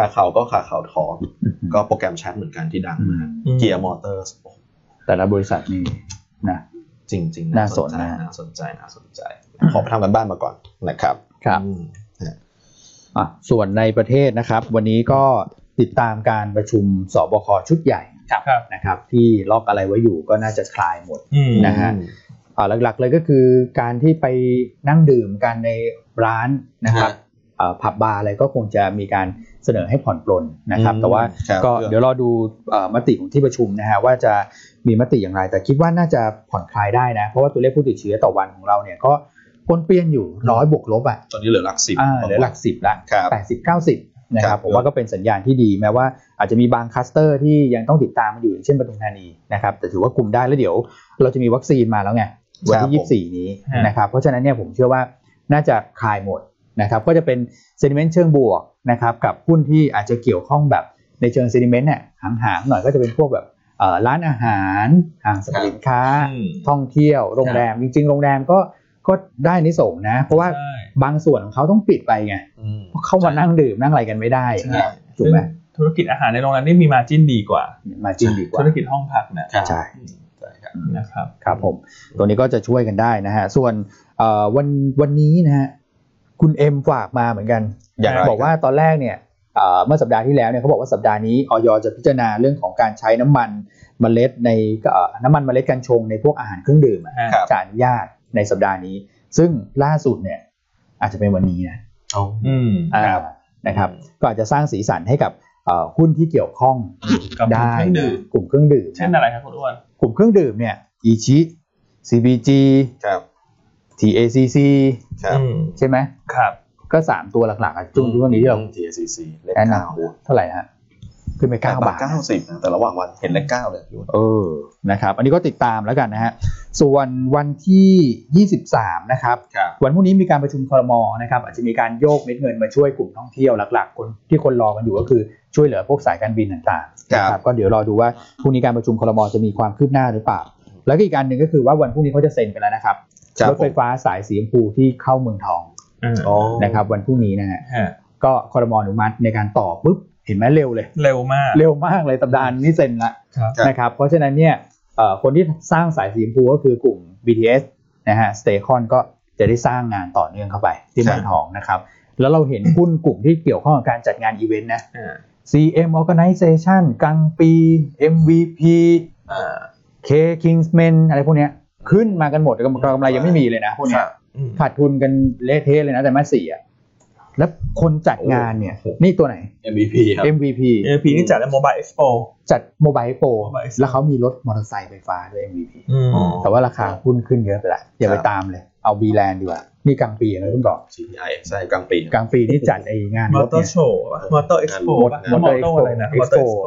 A: ขาเขาก็ขาเขาทองก็โปรแกรมแชทเหมือนกันที่ดังมาก
C: อืม
A: เกียร์มอเตอร์
B: แต่ละบริษัทนี่นะ
A: จริงๆ
B: น่าสน
A: ใจ
B: นะ
A: น่าสนใจน่าสนใจ ขอไปทำกันบ้านมาก่อนนะครับ
B: ครับ
A: อืมฮะ
B: อ่ะส่วนในประเทศนะครับ วันนี้ก็ติดตามการประชุมสบคชุดใหญ่
C: ครับ
B: นะครับ ที่ล็อกอะไรไว้อยู่ก็น่าจะคลายหมด
C: อืม
B: นะฮะ อ่าหลักๆเลยก็คือการที่ไปนั่งดื่มกันในร้านนะครับ
A: ฮะ
B: อ่าผับบาร์อะไรก็คงจะมีการเสนอให้ผ่อนปลนนะครับ
A: อืม
B: แต่ว่า
A: ครับ
B: ก็เดี๋ยวรอดูเอ่อมติของที่ประชุมนะฮะว่าจะมีมติอย่างไร แต่คิดว่าน่าจะผ่อนคลายได้นะเพราะว่าตัวเลขผู้ติดเชื้อต่อวันของเราเนี่ยก็ปนเปี้ยนอยู่ร้อยบวกลบอ่ะ
A: ตอนนี้เหลือหลักสิบ
B: อ่าเหลือหลักสิบละ
A: ครับ
B: แปดสิบเก้าสิบนะค
A: ครั
B: รั
A: บบ
B: ผมว่าก็เป็นสัญญาณที่ดีแม้ว่าอาจจะมีบางคลัสเตอร์ที่ยังต้องติดตามมันอยู่อย่างเช่นปทุมธานีนะครับแต่ถือว่ากลุ่มได้แล้วเดี๋ยวเราจะมีวัคซีนมาแล้วไงวัน
A: ครับผม
B: ที่ยี่สิบสี่นี้
C: ฮะ
B: นะครับเพราะฉะนั้นเนี่ยผมเชื่อว่าน่าจะคลายหมดนะครับก็จะเป็นเซนิเมนต์เชิงบวกนะครับกับหุ้นที่อาจจะเกี่ยวข้องแบบในเชิงเซนิเมนต์เนี่ยห่างๆหน่อยก็จะเป็นพวกแบบเอ่อร้านอาหารห้างสรรพสินค้า
C: อืม
B: ท่องเที่ยวโรงแรมจริง ๆ โรงแรมก็ก็ได้นิสงส์นะเพราะว่า
C: ใช่
B: บางส่วนของเขาต้องปิดไปไง
A: อืม
B: เพราะเข้ามานั่งดื่มนั่งอะไรกันไม่ได้
A: ใช่
B: ถูกไหม
C: ธุรกิจอาหารในโรงแรมนี่มีมาจิ้นดีกว่า
B: มาจิ้นดีกว่า
C: ธุรกิจห้องพักนะ
A: ครั
B: ใช่
A: บใช่ครับ
C: นะครับ
B: ครับผม ตัวนี้ก็จะช่วยกันได้นะฮะ ส่วนเอ่อวันวันนี้นะฮะคุณเอ็มฝากมาเหมือนกัน
A: อย่างไร
B: บอกว่าตอนแรกเนี่ยเอ่อเมื่อสัปดาห์ที่แล้วเนี่ยเขาบอกว่าสัปดาห์นี้ออยจะพิจารณาเรื่องของการใช้น้ำมันเมล็ดในเอ่อน้ำมันเมล็ดกัญชงในพวกอาหารเครื่องดื่มอะ
A: ครับ
B: จะอนุญาตในสัปดาห์นี้ ซึ่งล่าสุดเนี่ยอาจจะเป็นวันนี้นะ
A: เอา
C: อืม
B: อ่า
C: ครับ
B: นะครับ ก็อาจจะสร้างสีสันให้กับเอ่อหุ้นที่เกี่ยวข้อง
C: กับ
B: ได้
C: เครื่องดื่ม
B: กลุ่มเครื่องดื่ม
C: เช่นอะไรครับคุณอ้วน
B: กลุ่มเครื่องดื่มเนี่ยอีชิ CBG
D: ครับ
B: TACC
D: ครับ
C: อืม
B: ใช่ไหม
C: ครับ
B: ก็สามตัวหลักๆอ่ะจุ่มช่วงนี้ที่เรา
A: TACC เลข
B: แนะน
A: เก้า
B: ำเท่าไหร่ฮะขึ้นไป
A: เก้า
B: เก้า
A: บา
B: บา
A: ท
B: ท
A: เก้าสิบนะแต่ระหว่างวันเห็นเลขเก้าเลย
B: เออ นะครับ อันนี้ก็ติดตามแล้วกันนะฮะ ส่วนวันที่ 23 นะครับ
D: ครับ
B: วันพรุ่งนี้มีการประชุมครมนะครับ อาจจะมีการโยกเม็ดเงินมาช่วยกลุ่มท่องเที่ยวหลักๆ คนที่คนรอกันอยู่ก็คือช่วยเหลือพวกสายการบินต่างๆ
D: ครับ
B: นะก็เดี๋ยวรอดูว่าพรุ่งนี้การประชุมครมจะมีความคืบหน้าหรือเปล่า แล้วก็อีกการหนึ่งก็คือว่าวันพรุ่งนี้เขาจะเซ็นกันแล้วนะครับ
D: ครับ
B: รถไฟฟ้าสายสีชมพูที่เข้าเมืองทอง
C: อืม
D: อ๋อ
B: นะครับ วันพรุ่งนี้นะฮะ
C: ฮะ
B: ก็ครมอนุมัติในการต่อปุ๊บ เห็นไหมเร็วเลย
C: เร็วมาก
B: เร็วมากเลยสัปดาห์นี้เซ็นละ
C: ครับ
B: นะครับ เพราะฉะนั้นเนี่ยเอ่อคนที่สร้างสายสีชมพูก็คือกลุ่ม BTS นะฮะ Staycon ก็จะได้สร้างงานต่อเนื่องเข้าไป ที่เมืองทองนะครับ แล้วเราเห็นหุ้นกลุ่มที่เกี่ยวข้องกับการจัดงานอีเวนต์นะ
C: อ่า
B: CM Organization กังปี MVP
C: อ่า
B: K Kingsman อะไรพวกเนี้ยขึ้นมากันหมดกำกำไรยังไม่มีเลยนะพวก
D: ค
B: เนี้
D: รั
B: ย
D: บ
C: อืม
B: ขาดทุนกันเละเทะเลยนะแต่มาสี่อะแล้วคนจัดงานเนี่ยนี่ตัวไหน
A: เอ็มบีพีครับ
B: MVP
C: เอพีนี่จัดในโมบายเอ็กซ์โป
B: จัดโมบายโปร
C: Mobile Expo
B: แล้วเขามีรถมอเตอร์ไซค์ไฟฟ้าด้วย MVP
C: อืม
B: แต่ว่าราคาหุ้นขึ้นเยอะไปละอย่าไปตามเลย เอาบีแลนดีกว่า นี่กลางปีนะคุณบอก
D: GDI ใช่กลางปี
B: กลางปีนี่จัดไองาน
C: ม
B: ร
C: อ
B: ถ
C: เตอ
B: เนี่ย
C: ร์โชว์ปะมอเตอร์เอ็กซ์โปปะ
B: ม
C: ม
B: อ
C: อ
B: เต
C: เต
B: อร์ Expo
C: อร์อะไรนะมอเตอร์เอ็กซ์โป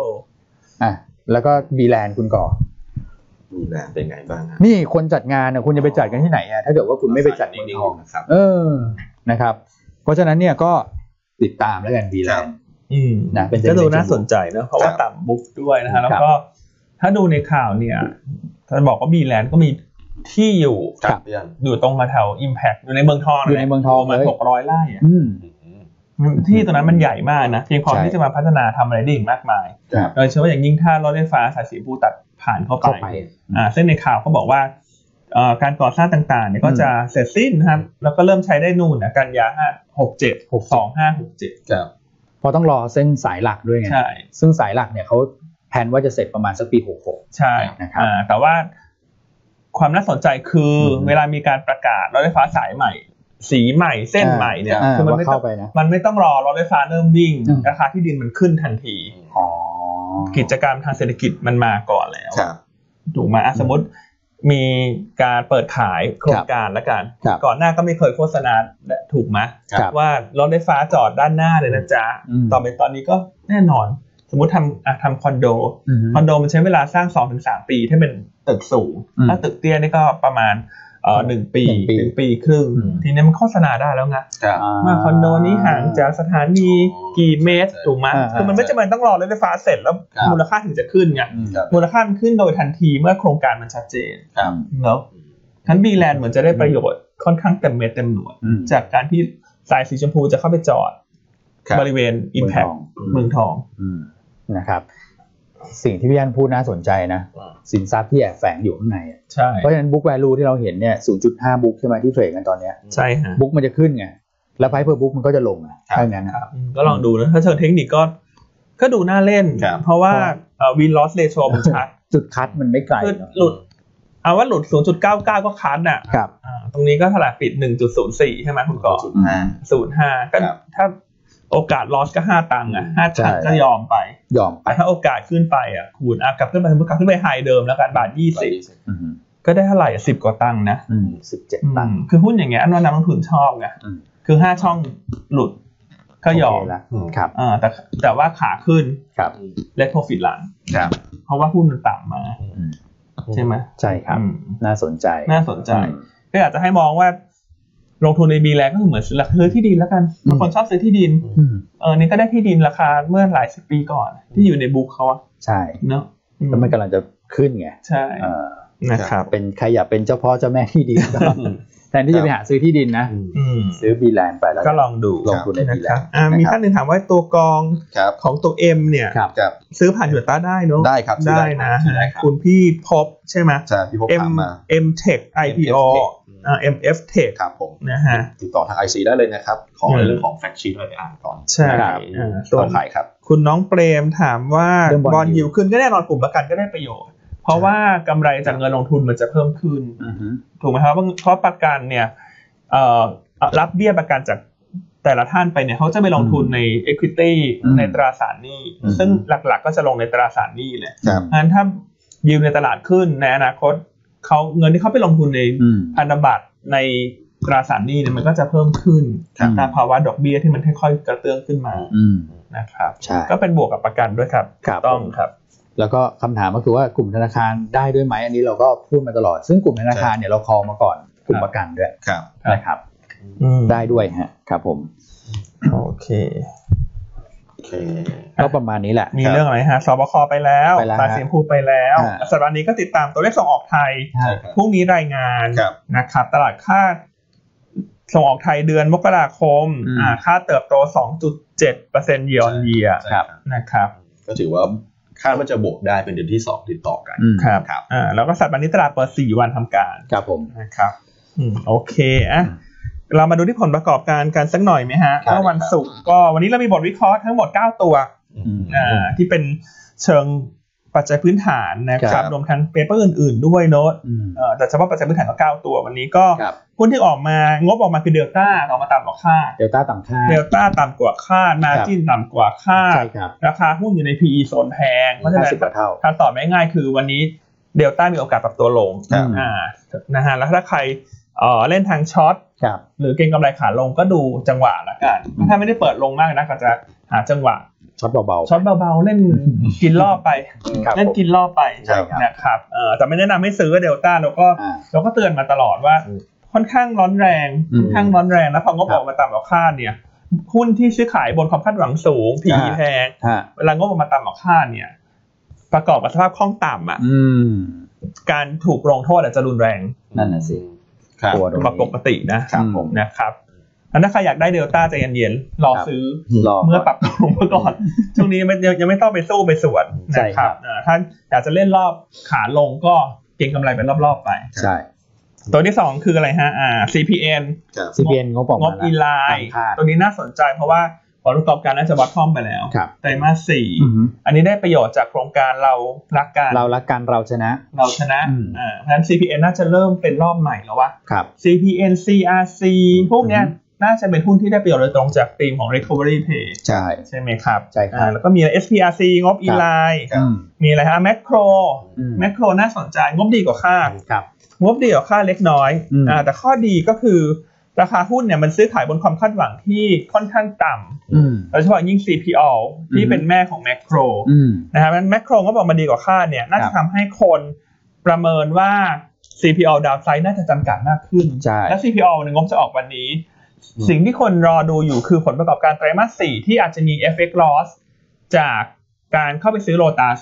B: อ่ะแล้วก็บีแลนคุณก่อ
D: มีแลนเป็นไงบ้างฮะ
B: นี่คนจัดงานนะคุณจะไปจัดกันที่ไหนอะถ้าเกิดว่าคุณไม่ไปจัดเมือง
D: นิ่
B: ทอง ง
D: ๆนะครับ
B: เออนะครับ เพราะฉะนั้นเนี่ยก็ติดตามแล้วกันบีแลน
C: อืม
B: นะเป็น
C: ก็ดู
B: Generation
C: น่าสนใจนะเพราะว่า
D: ครับ
C: ต่ำบุ๊กด้วยนะ
B: ครับ
C: ฮะแล้วก็ถ้าดูในข่าวเนี่ยถ้าบอกว่าบีแลนด์ก็มีที่อยู่
B: ครับ
A: เดือน
C: อยู่ตรงมาแถว Impact อยู่ในเมืองทอง
B: อยู่ในเมืองทอง
C: ประมาณ
B: เลย
C: หกร้อยไร่อะ
B: อืม
C: ที่ตรงนั้นมันใหญ่มากนะเพียงพอ
B: ใช่
C: ที่จะมาพัฒนาทำอะไรได้อีกมากมาย
B: ครับ
C: โดยเฉพาะอย่างยิ่งถ้ารถไฟฟ้าสายสีชมพูตัดผ่านเข้าไป
B: เข้าไป
C: อ่าซึ่งในข่าวเขาบอกว่าเอ่อการก่อสร้างต่างๆเนี่ยก็จะเสร็จสิ้นนะครับแล้วก็เริ่มใช้ได้นู่นนะกันยาห้าหกเจ็ดหกสองห้าหกเจ็ด
A: ครับ
B: เพราะต้องรอเส้นสายหลักด้วยไง
C: ใช่
B: ซึ่งสายหลักเนี่ยเขาแผนว่าจะเสร็จประมาณสักปีหกหก
C: ใช่
B: นะครับ
C: อ่าแต่ว่าความน่าสนใจคืออ
B: ม
C: เวลามีการประกาศรถไฟฟ้าสายใหม่ สีใหม่เส้นใหม่เนี่ย
B: อ่า
C: คือมัน
B: ว่า
C: ไม่ต้อ
B: เข้าง ไปนะ
C: มันไม่ต้องรอรถไฟฟ้าเริ่มวิ่ง
B: อืม
C: ราคาที่ดินมันขึ้นทันที
B: อ๋อ
C: กิจกรรมทางเศรษฐกิจมันมาก่อนแล้ว
D: ครับ
C: ถูกไหมอ่ะสมมติมีการเปิดขายโครงการละกัน
B: ครับ
C: ก่อนหน้าก็ไม่เคยโฆษณาถูกไหม
B: ครับ
C: ว่ารถไฟฟ้าจอดด้านหน้าเลยนะจ๊ะ
B: อืม
C: ต่อไปตอนนี้ก็แน่นอน สมมติทำอ่ะทำคอนโด
B: อืม
C: คอนโดมันใช้เวลาสร้างสองถึงสามปีถ้าเป็นตึกสูง
B: อืม
C: ถ้าตึกเตี้ยนี่ก็ประมาณเอ่อหนึ่งปี
B: หนึ่งปี
C: หนึ่งปีครึ่ง
B: อืม
C: ทีนี้มันโฆษณาได้แล้วไง
A: ครับ
C: ว่าคอนโดนี้ห่างจากสถานีกี่เมตรถูกไหม
B: อ่า
C: คือมันไม่จำเป็นต้องรอรถไฟฟ้าเสร็จแล้ว
A: ครับ
C: มูลค่าถึงจะขึ้นไง
B: อืม
A: ครับ
C: มูลค่ามันขึ้นโดยทันทีเมื่อโครงการมันชัดเจน
A: ครับ
C: เนาะทั้นบีแลนเหมือนจะได้ประโยชน์ค่อนข้างเต็มเม็ดเต็มหน่วย
B: อืม
C: จากการที่สายสีชมพูจะเข้าไปจอด
D: ครับ
C: บริเวณอิมแพคเมืองทอง
B: อืมนะครับ สิ่งที่พี่อันพูดน่าสนใจนะ
A: อืม
B: สินทรัพย์ที่แอบแฝงอยู่ข้างในอะ
C: ใช่
B: เพราะฉะนั้นบุ๊ก a ว u e ที่เราเห็นเนี่ย 0.5 บุ๊กใช่ไหมที่เทรดกันตอนเนี้ย
C: ใช่ฮะ
B: บุ๊กมันจะขึ้นไง แล้วไพเ e อร์บุ๊กมันก็จะลงไง
D: ครับ
B: ใช่งั้นนะ
C: อืมก็ลองดูนะ ถ้าเชิงเทคนิคก็ก็ดูน่าเล่น
D: ครับ
C: เพราะว่า
B: ครับ
C: วินลอสเลโชมันชัด
B: จุดคัดมันไม่ไกล
C: คือ
B: เนอะ
C: หลุด เอาว่าหลุด 0.99 ก็คัดน่ะ
B: ครับ
C: อ่าตรงนี้ก็เท่าไหร่ปิด 1.04 ใช่ไหมคุณก่อ
D: จุดห้า
C: 05 ก็
D: ครับ
C: ถ้าโอกาสลอสก็ 5 ตังค์อ่ะ5ตังค์
B: ใช่
C: ก็ยอมไป
B: ยอมไป
C: แต่ถ้าโอกาสขึ้นไปอ่ะคูณอ่ะกลับขึ้นไปสมมติกลับขึ้นไปไฮเดิมแล้วกันบาท
B: อืม
C: 20 ก็ได้เท่าไหร่10 กว่าตังค์นะ
B: อืมสิบเจ็ด
C: อืม
B: ตังค์
C: คือหุ้นอย่างเงี้ยอันว่านักลงทุนชอบไง
B: อืม
C: คือ 5 ช่องหลุดก็ยอม
B: โเคละครับ
C: อ่าแต่แต่ว่าขาขึ้น
B: ครับ
C: และโปรฟิตหลัง
D: ครับ
C: เพราะว่าหุ้นมันต่ำมา
B: อืม
C: ใช่ไหม
B: ใช่ครับ
C: อืม
B: น่าสนใจ
C: น่าสนใจ
B: อืม
C: ก็อยากจะให้มองว่า ลงทุนในบีแลก็คือเหมือนซื้อซื้อที่ดินแล้วกัน
B: อืม
C: บางคนชอบซื้อที่ดิน
B: อืม
C: เออนี่ก็ได้ที่ดินราคาเมื่อหลายสิบปีก่อน ที่อยู่ในบุ๊กเขาอะ
B: ใช่
C: เนาะอืม
B: แล้วมันกำลังจะขึ้นไง
C: ใช่
B: เอ่อ
C: นะครับ
B: เป็นใครอยากเป็นเจ้าพ่อเจ้าแม่ที่ดิน <laughs> ก็ แทนที่จะไปหาซื้อที่ดินนะ
C: อืม
B: ซื้อบีแลนไปแล้ว
C: ก็ลองดู
B: ลงทุนใน
C: นะ
B: บีแล
C: ครับ
B: น
C: อ่ามีท่านหนึ่งถามว่าตัวกอง
D: ครับ
C: ของตัวเอ็มเนี่ย
B: ครับ
D: ครับ
C: ซื้อผ่านหยวนต้าได้เนาะ
D: ได้ครับซื้อ
C: ได้นะ
D: ซื้อได้ครับ
C: คุณพี่พบใช่ไหม
D: ใช่พี่พบ
C: M
D: ถามมา
C: M Tech IPO อ่า MF Tech
D: ครับผม
C: นะฮะ
D: ติดต่อทางไอซีได้เลยนะครับ ขอ
C: อืม
D: เรื่องของแฟกชีตเราไปอ่านก่อน
C: ใช่
D: นะครับ
C: อ่า
D: ตั
C: ส่
D: ว
C: วน
D: ขายครับ
C: คุณน้องเปรมถามว่า
B: เรื่อง
C: บบ อ
B: อ
C: ล
B: ลยิ
C: ยิว
B: ว
C: ขึ้นก็แน่นอนกลุ่มประกันก็ได้ประโยชน์ เพราะว่ากำไรจากเงินลงทุนมันจะเพิ่มขึ้น
B: อือฮึ
C: ถูกไหมครับเพราะประกันเนี่ย เอ่อรับเบี้ยประกันจากแต่ละท่านไปเนี่ยเขาจะไปลงทุนใน Equity
B: อืม
C: ในตราสารหนี้
B: อืม
C: ซึ่งหลักๆ ก็จะลงในตราสารหนี้แหละ
D: ครับ
C: งั้นถ้ายิวในตลาดขึ้นในอนาคตเขาเงินที่เขาไปลงทุนใน
B: อืม
C: พันธบัตรในตราสารหนี้เนี่ยมันก็จะเพิ่มขึ้น
B: ครับ
C: ตามภาวะดอกเบี้ยที่มันค่อยๆกระเตื้องขึ้นมา
B: อืม
C: นะครับ
B: ใช่
C: ก็เป็นบวกกับประกันด้วยครับ
B: ครับ
C: ต้องครับ
B: แล้วก็คำถามก็คือว่ากลุ่มธนาคารได้ด้วยไหมอันนี้เราก็พูดมาตลอด ซึ่งกลุ่มธนาคารเนี่ยเราคอมาก่อนกลุ่มประกันด้วย
D: ครับ
C: ครับ
B: นะครับ
C: อืม
B: ได้ด้วยฮะครับผม
C: โอเค
A: โอเค
B: ก็ประมาณนี้แหละ
C: มีเรื่องอะไรฮะ สบคไปแล้ว
B: ไปแล้ว
C: ตาเสียงพูไปแล้ว
B: อ่า
C: สัปดาห์นี้ก็ติดตามตัวเลขส่งออกไทย
B: ใช่
C: พรุ่งนี้รายงาน
D: ครับ
C: นะครับ ตลาดคาดส่งออกไทยเดือนมกราคม
B: อืม
C: อ่าคาดเติบโต 2.7%เยียร์เยีย
A: ครับ
C: นะครับ
A: ก็ถือว่าคาดว่าจะบวกได้เป็นเดือนที่สองติดต่อกัน
B: อืม
C: ครับ
A: ครับ
C: อ่าแล้วก็สัปดาห์นี้ตลาดเปิด 4 วันทำการ
B: ครับผม
C: นะครับอืมโอเคอ่ะเรามาดูที่ผลประกอบการกันสักหน่อยไหมฮะ
D: ครับ
C: เมื่อวันศุกร์ก็วันนี้เรามีบทวิเคราะห์ทั้งหมด 9 ตัว
B: อืม
C: อ่าที่เป็นเชิงปัจจัยพื้นฐานนะค
B: ครั
C: รับบ รวมทั้งเปเปอร์อื่น ๆ ด้วยเนอะ
B: อืม
C: เอ่อแต่เฉพาะปัจจัยพื้นฐานก็เก้าตัววันนี้ก็
B: ครับ
C: หุ้นที่ออกมางบออกมาคือเดลต้าออกมาต่ำกว่าคาด
B: เดลต้าต่างค่าด
C: เดลต้าต่ำกว่าคาดมาจินต่ำกว่าคา
B: ใช่
C: ด
B: ครับ
C: ราคาหุ้นอยู่ใน PE โซนแพงเพราะฉะ
B: ห้า
C: นั้
B: สิบ
C: น
B: กว่าเท่า
C: ถ้าตอบง่ายๆคือวันนี้เดลต้ามีโอกาสปรับตัวลง
B: ครับ
C: อ่านะฮะแล้วถ้าใครเอ่อเล่นทางช็อต
B: ครับ
C: หรือเก็งกำไรขาลงก็ดูจังหวะละกัน
B: อืม
C: ถ้าไม่ได้เปิดลงมากนะก็จะหาจังหวะ
B: ช็อตเบา
C: ช็อตเบาๆ เล่นกินรอบไป
B: ครับ
C: เล่นกินรอบไป
B: ใช่ครับ
C: นะครับเอ่อแต่ไม่แนะนำให้ซื้อเดลต้าเราก็
B: ๆอ่า
C: เราก็เตือนมาตลอดว่า
A: อืม
C: ค่อนข้างร้อนแรง
B: อืม
C: ค่อนข้างร้อนแรงแล้วพองบออกมาต่ำกว่าคาดเนี่ยหุ้นที่ซื้อขายบนความคาดหวังสูง PE
B: อ่า
C: แพง
B: ฮะ
C: เวลางบออกมาต่ำกว่าคาดเนี่ย ประกอบกับสภาพคล่องต่ำอ่ะ
B: อืม
C: การถูกลงโทษอาจจะรุนแรง
B: นั่นน่ะสิ
A: ครับ
B: กลัวตรง
C: กว่าป
B: นี้
C: กตินะครับ
B: ผม
C: นะครับแล้วถ้าใครอยากได้เดลต้าใจเย็นๆรอซื้อ
B: รอ
C: เมื่อปรับปรุงมาก่อน ช่วงนี้มันยังยังไม่ต้องไปสู้ไปสวน
B: ใช่
C: นะ
B: ค
C: ค
B: รั
C: รับบ อ่าถ้าอยากจะเล่นรอบขาลงก็เก็งกำไรเป็นรอบๆไป
B: ใช่
C: ตัวที่ 2 คืออะไรฮะอ่า CPN
D: ครับ
B: CPN งบออก
C: ง
B: มา
C: บ
B: แว
C: อีไล
B: ตา
C: น์
B: มคาด
C: ตัวนี้น่าสนใจเพราะว่าผลประกอบการน่าจะวัดคล่อมไปแล้ว
B: ครับ
C: ไตรมาสสี่อันนี้ได้ประโยชน์จากโครงการเรารักกัน
B: เราละกันเราชนะ
C: เราชนะ
B: อืม
C: อ่าเพราะฉะนั้น CPN น่าจะเริ่มเป็นรอบใหม่แล้ววะ
B: ครับ
C: CPN CRC พวกเนี้ย
B: อืม
C: น่าจะเป็นหุ้นที่ได้ประโยชน์โดยตรงจากธีมของ recovery pay
B: ใช่
C: ใช่ไหมครับ
B: ใช่ครับ
C: อ่าแล้วก็มี SPRC งบ e-line
D: ครับ
C: มีอะไรฮะแมคโคร
B: อืม
C: แมคโครน่าสนใจ งบดีกว่าคาด
B: ครับ
C: งบดีกว่าคาดเล็กน้อย
B: อืม
C: อ่าแต่ข้อดีก็คือ ราคาหุ้นเนี่ยมันซื้อขายบนความคาดหวังที่ค่อนข้างต่
B: อืม
C: ำโดยเฉพาะยิ่ง CPO ที่
B: อืม
C: เป็นแม่ของแมคโคร
B: อืม
C: นะฮะแมคโครก็บอกมาดีกว่าคาดเนี่ยน่า
B: ครับ
C: จะทำให้คนประเมินว่า CPO ดาวไซด์น่าจะจำกัดมากขึ้น
B: ใช่
C: และ CPO เนี่ยงบจะออกวันนี้
A: อืม
C: สิ่งที่คนรอดูอยู่คือผลประกอบการไตรมาสสี่ที่อาจจะมี FX loss จากการเข้าไปซื้อโ o ต u ส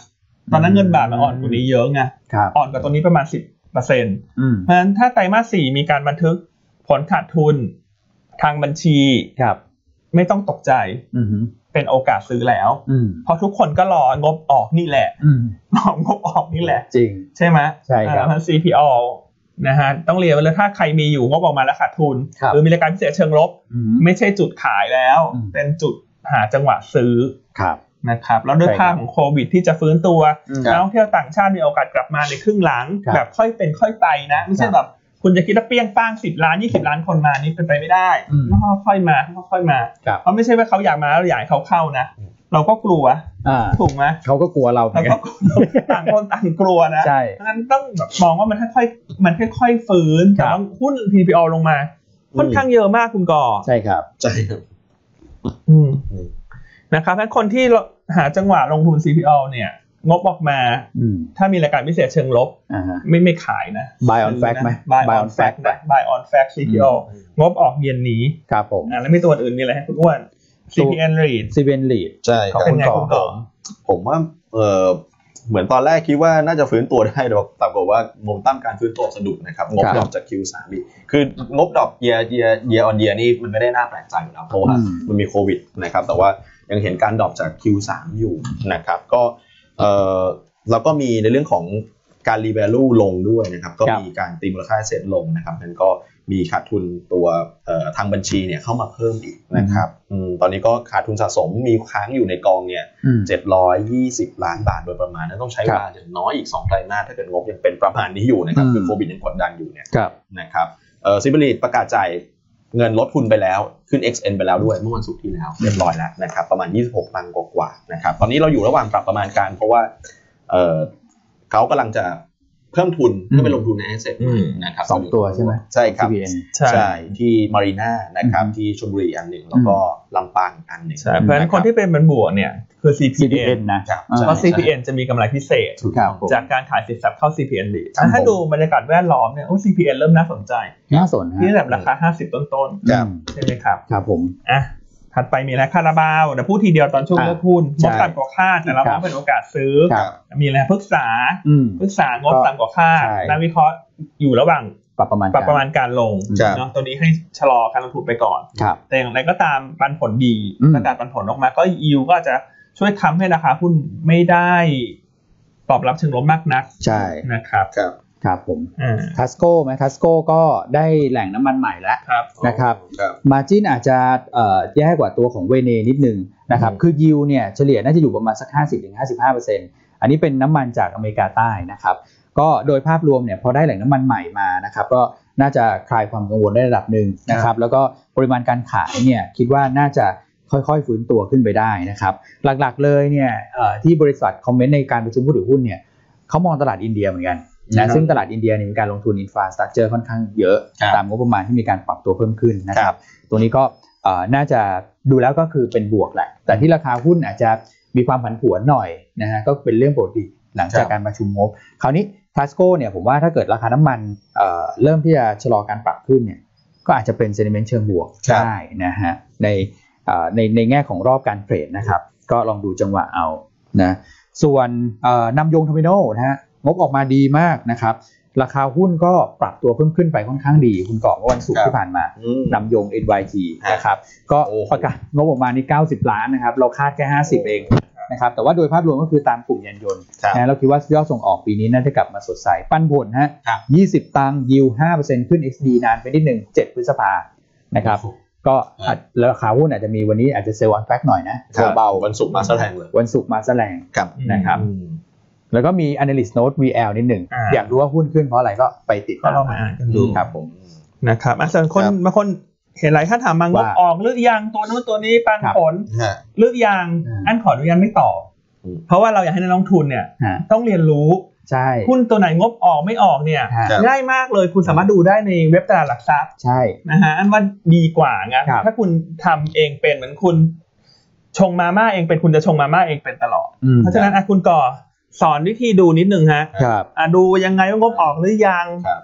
C: ตอนนั้นเงินบาทมันอ่อนกว่านี้เยอะไง
B: ครับ
C: อ่อนกว่าตรงนี้ประมาณ 10%เพราะฉะ
B: อืม
C: นั้นถ้าไตรมาสสี่มีการบันทึกผลขาดทุนทางบัญชี
B: ครับ
C: ไม่ต้องตกใจ
B: อืม
C: เป็นโอกาสซื้อแล้ว
B: อืม
C: เพราะทุกคนก็รองบออกนี่แหละ
B: อืม
C: รองบออกนี่แหละ
B: จริง
C: ใช่ไหม
B: ใช่ครับ
C: พัน CPO นะฮะต้องเรียนไว้เลยถ้าใครมีอยู่งบออกมาแล้วขาดทุน
B: ครับ
C: หรือมีรายการพิเศษเชิงลบ
B: อืม
C: ไม่ใช่จุดขายแล้ว
B: อืม
C: เป็นจุดหาจังหวะซื้อ
B: ครับ
C: นะครับแล้วด้วย
B: ใช่ครับ
C: ภาพของโควิดที่จะฟื้นตัว
B: อืม
C: นักท่องเที่ยวต่างชาติมีโอกาสกลับมาในครึ่งหลัง
B: ครับ
C: แบบค่อยเป็นค่อยไปนะไม่ใช่
B: ครับ
C: แบบคุณจะคิดว่าเปรี้ยงป้างสิบล้านยี่สิบล้านคนมานี่เป็นไปไม่ได้
B: อืม
C: ต้องค่อยๆมาต้องค่อยๆมา
B: ครับ
C: เพราะไม่ใช่ว่าเขาอยากมาแล้วอยากให้เขาเข้านะเราก็กลัว
B: อ่า
C: ถูกไหม
B: เขาก็กลัวเราเหมือนกั
C: เราก็
B: น
C: กลัว
B: <laughs>
C: ต่างคนต่างกลัวนะ
B: ใช่
C: เพราะฉะนั้นต้องแบบมองว่ามันค่อยๆมันค่อยๆฟื้นแต่ว่าหุ้น PPO ลงมา ค่อนข้างเยอะมากคุณก่อ
B: ใช่ครับ
D: ใช่ครับ
C: อืมนะครับทั้นคนที่หาจังหวะลงทุน CPO เนี่ย งบออกมา
B: อืม
C: ถ้ามีรายการพิเศษเชิงลบ
B: อ่าฮะ
C: ไม่ไม่ขายนะ
B: buy on fact ไหม
C: buy on fact นะ buy on fact CPO งบออกเย็นนี้
B: ครับผม
C: อ่ะแล้วมีตัวอื่นมีอะไรให้คุณอ้วน CPN REIT
B: ซีเวนลีด
D: ใช่
B: ข
D: ค
B: อบบ คุ
D: รั
C: เป็น
B: ณ
C: ไง
B: ก่อ
C: คุณก่อ
A: ผมว่าเออเหมือนตอนแรกคิดว่าน่าจะฟื้นตัวได้แต่ว่าปรากฏว่าโมเมนตัมการฟื้นตัวสะดุดนะครับ งบ
B: ครับ
A: ดรอปจาก Q3 อีกคืองบดรอปเยียเยียเยียออนเยียนี่มันไม่ได้น่าแปลกใจอยู่แล้วเพราะว่ามันมีโควิดนะครับ แต่ว่ายังเห็นการดรอปจาก Q3 อยู่นะครับ ก็เออแล้วก็มีในเรื่องของการรี v a l u ลงด้วยนะครับ ก็มีการตีมูลค่าเสร็จลงนะครับนั้นก็มีขาดทุนตัวเอ่อทางบัญชีเนี่ยเข้ามาเพิ่มอีกนะครับอืมตอนนี้ก็ขาดทุนสะสมมีค้างอยู่ในกองเนี่ย
B: อืม
A: 720 ล้านบาทโดยประมาณนั้นต้องใช้เวลาอย่างน้อยอีก 2 ไตรมาสถ้าเกิดงบยังเป็นประมาณนี้อยู่นะครับ
B: อืม
A: คือโควิดยังกดดันอยู่เนี่ย
B: ครับ
A: นะครับเออซิบริตประกาศจ่าย เงินลดทุนไปแล้วขึ้น XN ไปแล้วด้วยเมื่อวันศุกร์ที่แล้วเรียบร้อยแล้วนะครับประมาณ 26ตังค์กว่าๆนะครับตอนนี้เราอยู่ระหว่างปรับประมาณการ เพราะว่าเออเขากำลังจะเพิ่มทุนเพื่อไปลงทุนในแอสเซทใหม่นะครับ
B: สองตัวใช่ไหม
A: ใช่ครับ
B: TBN
C: ใช่
A: ใช่ที่มารีนานะครับ
B: อืม
A: ที่ชลบุรีอันหนึ่งแล้วก็ลำปางอันหนึ่ง
C: ใช่เพราะฉะนั้นคนที่เป็นมันบวกเนี่ยคือ CPN
B: CPN นะ
A: นะครับ
B: อ่า
A: ใช่
C: เพราะ CPN จะมีกำไรพิเศษ
A: ถูกต้อง
C: จากการขายสินทรัพย์เข้า CPN ดี
A: ครับผ
C: ถ้า
A: ม
C: ดูบรรยากาศแวดล้อมเนี่ยโอ้ CPN เริ่มน่าสนใจ
B: น่าสนฮะ
C: ที่ระดับราคา 50 ต้น
A: ครับ
B: อืม
C: ๆ ใช่ไหมครับ
B: ครับผม
C: อ่ะ ถัดไปมีอะไรคาราบาวเดี๋ยวพูดทีเดียวตอนช่วง
B: อ่ะ
C: เลือกหุ้น
B: ใช่
C: งบต่ำกว่าคาดแต่เรา
B: ครั
C: ว่า
B: บ
C: เป็นโอกาสซื้อ
B: ครับ
C: มีอะไรพึกษา
B: อืม
C: พึกษางบ
B: ก็
C: ต่ำกว่าคาด
B: ใช่
C: นักวิเคราะห์อยู่ระหว่าง
B: ปรับประมาณ
C: ปรับประมาณการลง
A: ครับ
C: เนาะตัวนี้ให้ชะลอการลงทุนไปก่อน
B: ครับ
C: แต่อย่างไรก็ตามปันผลดี
B: อืม
C: ประกาศปันผลออกมาก็ยิวก็อาจจะช่วยค้ำให้ราคาหุ้นไม่ได้ตอบรับเชิงลบมากนัก
B: ใช่
C: นะครับ
D: ครับ
B: ครับผม
C: อ่า
B: ทัสโก้ไหมทัสโก้ก็ได้แหล่งน้ำมันใหม่แล้ว
C: ครับ
B: นะครับ
D: ครับ
B: มาจินอาจจะเอ่อแย่กว่าตัวของเวเนนิดนึงนะครับ
D: อืม
B: คือยิวเนี่ยเฉลี่ยน่าจะอยู่ประมาณสัก 50-55%อันนี้เป็นน้ำมันจากอเมริกาใต้นะครับ ก็โดยภาพรวมเนี่ยพอได้แหล่งน้ำมันใหม่มานะครับ ก็น่าจะคลายความกังวลได้ระดับหนึ่งนะครับ แล้วก็ปริมาณการขายเนี่ยคิดว่าน่าจะค่อยๆฟื้นตัวขึ้นไปได้นะครับ หลักๆเลยเนี่ยเอ่อที่บริษัทคอมเมนต์ในการประชุมผู้ถือหุ้นเนี่ยเขามองตลาดอินเดียเหมือนกัน
A: ครั
B: นะ
A: บ
B: ซึ่งตลาดอินเดียเนี่ยมีการลงทุนอินฟราสตรักเจอค่อนข้างเยอะ
A: ครับ
B: ตามงบประมาณที่มีการปรับตัวเพิ่มขึ้นนะ
A: ค
B: ค
A: รั
B: รับ
A: บ
B: ตัวนี้ก็เอ่อน่าจะดูแล้วก็คือเป็นบวกแหละ แต่ที่ราคาหุ้นอาจจะมีความผันผวนหน่อยนะฮะก็เป็นเรื่องปกติหลังจากการประชุมงบ คราวนี้ทัสโกเนี่ยผมว่าถ้าเกิดราคาน้ำมันเอ่อเริ่มที่จะชะลอการปรับขึ้นเนี่ยก็อาจจะเป็นเซนิเมนต์เชิงบวก
A: ครับ
B: ได้นะฮะในเอ่อในในแง่ของรอบการเทรดนะครับ ก็ลองดูจังหวะเอานะส่วนเอ่อนำยงทอมิโนนะฮะงบออกมาดีมากนะครับ ราคาหุ้นก็ปรับตัวเพิ่มขึ้นไปค่อนข้างดี คุณเกาะเมื่อวันศุกร์ที่ผ่านมา
A: อืม
B: นำยง NYT
A: ฮะ
B: นะครับ ก็
A: โอ้โห
B: ประกาศงบออกมานี่90 ล้านนะครับ เราคาดแค่ 50 เองนะครับ แต่ว่าโดยภาพรวมก็คือตามกลุ่มยานยนต์
A: ครับ
B: นะเราคิดว่ายอดส่งออกปีนี้น่าจะกลับมาสดใส ปันผลฮะ
A: ครับ
B: 20 ตังค์ยิว5%ขึ้น XD นานไปนิดหนึ่ง7พฤษภานะครับ ก็อาจราคาหุ้นอาจจะมีวันนี้อาจจะเซลล์ออนแฟกหน่อยนะตัว
A: เบา
B: เบา
A: วันศุกร์มาแสดงเลย
B: วันศุกร์มาแสลง
A: ครับ
B: นะครับ
A: อืม
B: แล้วก็มี analyst note VL นิดหนึ่ง
C: อ่า
B: อยากรู้ว่าหุ้นขึ้นเพราะอะไรก็ไปติด
C: ก็
B: ตาม
C: ลองมาอ่านกันดู
A: ม
B: ครับผม
C: นะครับอ่ะส่วนคน
A: ครับ
C: บางคนเห็นหลายท่านถามมางบ
B: ว่า
C: ออกหรือยังตัวนู้นตัวนี้ปัน
B: ครับ
C: ผล
A: ฮะ
C: หรือยัง
B: อืม
C: อันขออนุญาตไม่ตอบ
A: อืม
C: เพราะว่าเราอยากให้นักลงทุนเนี่ย
B: ฮะ
C: ต้องเรียนรู้
B: ใช่
C: หุ้นตัวไหนงบออกไม่ออกเนี่ย
B: ฮะ
A: ครับ
C: ง่ายมากเลยคุณสามารถดูได้ในเว็บตลาดหลักทรัพย์
B: ใช่
C: นะฮะอันว่าดีกว่าไง
B: ครับ
C: ถ้าคุณทำเองเป็นเหมือนคุณ ชงมาม่าเองเป็นคุณจะชงมาม่าเองเป็นตลอด
B: อืม
C: เพราะฉะนั้นอ่ะคุณก่อสอนวิธีดูนิดนึงฮะ
B: ครับ
C: อ่ะดูยังไงว่างบออกหรือยัง
A: ครับ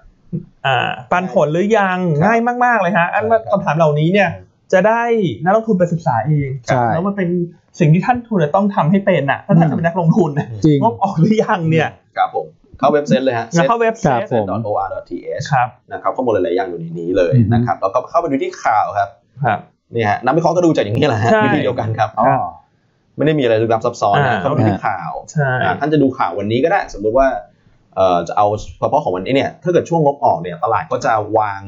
C: อ่าปันผลหรือยัง
A: ครับ
C: ง่ายมาก ๆ เลยฮะอันว่า
A: ใช่ครับ
C: คำถามเหล่านี้เนี่ย จะได้นักลงทุนไปศึกษาเอง
B: ใช่
C: แล้วมันเป็นสิ่งที่ท่านทุนจะต้องทำให้เป็นอ่ะถ้าท่านจะเป็นนักลงทุนนะ
B: จริง
C: งบออกหรือยังเนี่ย
A: ครับผม เข้าเว็บไซต์เลยฮะ
C: แล้วเข้าเว็บไซ
B: ครับ
C: ต์
B: ผม
A: set.or.th
C: ครับ
A: นะครับข้อมูลหลายๆอย่างอยู่ในนี้เลย
B: อือฮึ
A: นะครับแล้วก็เข้าไปดูที่ข่าวครับ
C: ครับ
A: นี่ฮะนักวิเคราะห์ก็ดูจากอย่างนี้แหละฮะ
C: ใช่
A: วิธีเดียวกันครับ
B: อ๋อ
A: ไม่ได้มีอะไรลึกลับซับซ้อนนะ
C: อ่า
A: เข้าไปดูที่ข่าว
C: ใช่
A: อ่าท่านจะดูข่าววันนี้ก็ได้ สมมติว่าเอ่อจะเอาเฉพาะของวันนี้เนี่ยถ้าเกิดช่วงงบออกเนี่ยตลาดก็จะวาง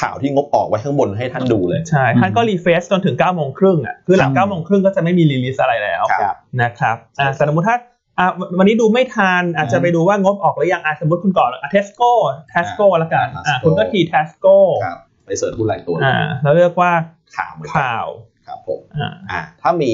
A: ข่าวที่งบออกไว้ข้างบนให้ท่านดูเลย
C: ใช่ท่านก็รีเฟซจนถึง9ก้าโมงครึ่งอ่ะคือหลัง
B: อืม
C: 9ก้าโมงครึ่งก็จะไม่มีรีลิสอะไรแล้ว
A: ครับ
C: นะครับอ่าสมมติถ้าอ่ะวันนี้ดูไม่ทันอาจจะไปดูว่างบออกหรือยังอ่ะสมมติคุณก่อนเทสโก้เทสโก้ละกัน
A: อ่า
C: อ่ะ
A: Tesco
C: คุณก็ทีเทสโก้
A: ครับไปเสิร์ชหุ้นรายตัว
C: อ่าแล้วเลือกว่า
A: ข่าวเหมือนกัน
C: ข่าว
A: ครับผม
C: อ่า
A: อ่าถ้ามี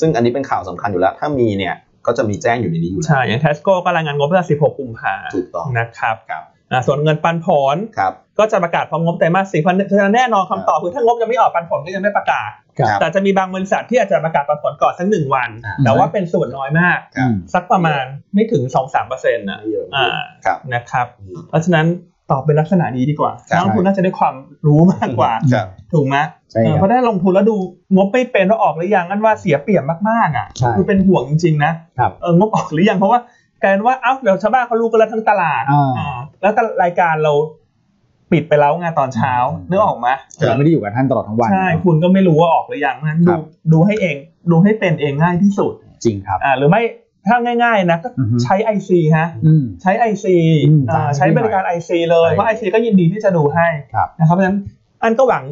A: ซึ่งอันนี้เป็นข่าวสำคัญอยู่แล้ว ถ้ามีเนี่ยก็จะมีแจ้งอยู่ในนี้อยู่แล้ว
C: ใช่อย่างเทสโก้ก็รายงานงบตั้งแต่16 กุมภา
A: ถูกต้อง
C: นะครับ
A: ครับ
C: อ่าส่วนเงินปันผล
A: ครับ
C: ก็จะประกาศพร้อมงบไตรมาสสี่เพราะฉะนั้นแน่นอนคำตอบคือถ้างบยังไม่ออกปันผลก็ยังไม่ประกาศ
A: ครับ
C: แต่จะมีบางบริษัทที่อาจจะประกาศปันผลก่อนสักหนึ่งวัน
A: อ่า
C: แต่ว่าเป็นส่วนน้อยมาก
A: ครับ
C: สักประมาณไม่ถึงสองสามเปอร์เซ็นต์นะ
A: ไม่เยอะ
C: อ่า
A: ครับ
C: นะครับ เพราะฉะนั้นตอบเป็นลักษณะนี้ดีกว่า
A: ครับ
C: นักลงทุนน่าจะได้ความรู้มากกว่า
A: ครับ
C: ถูกไหม
B: ใช่
C: เออ
B: ค
C: เพ
B: รับ
C: ราะถ้าลงทุนแล้วดูงบไม่เป็นว่าออกหรือยังนั่นว่าเสียเปรียบมากๆอ่ะ
B: ใช่
C: คือเป็นห่วงจริงๆนะครับ เอองบออกหรือยังเพราะว่ากลายเป็นว่าเอ้าเดี๋ยวชาวบ้านเขารู้กันแล้วทั้งตลาด
B: อ่า
C: อ่าแล้วแต่รายการเราปิดไปแล้วไงานตอนเช้านึกออกไหม
B: เราไม่ได้อยู่กับท่านตลอดทั้งวัน
C: ใช่ คุณก็ไม่รู้ว่าออกหรือยังนั้น
B: ครั
C: ดู
B: บ
C: ดูให้เอง ดูให้เป็นเองง่ายที่สุด
B: จริงครับ
C: อ่า หรือไม่ ถ้าง่าย ๆ นะ ก็
B: อือฮึ
C: ใช้ IC ฮะ
B: อืม
C: ใช้ IC
B: อืม
C: อ่าใช้บริการ IC เลย
A: ใช่
C: เพราะ IC ก็ยินดีที่จะดูให้
B: ครับ
C: นะครับ เพราะฉะนั้น อันก็หวัง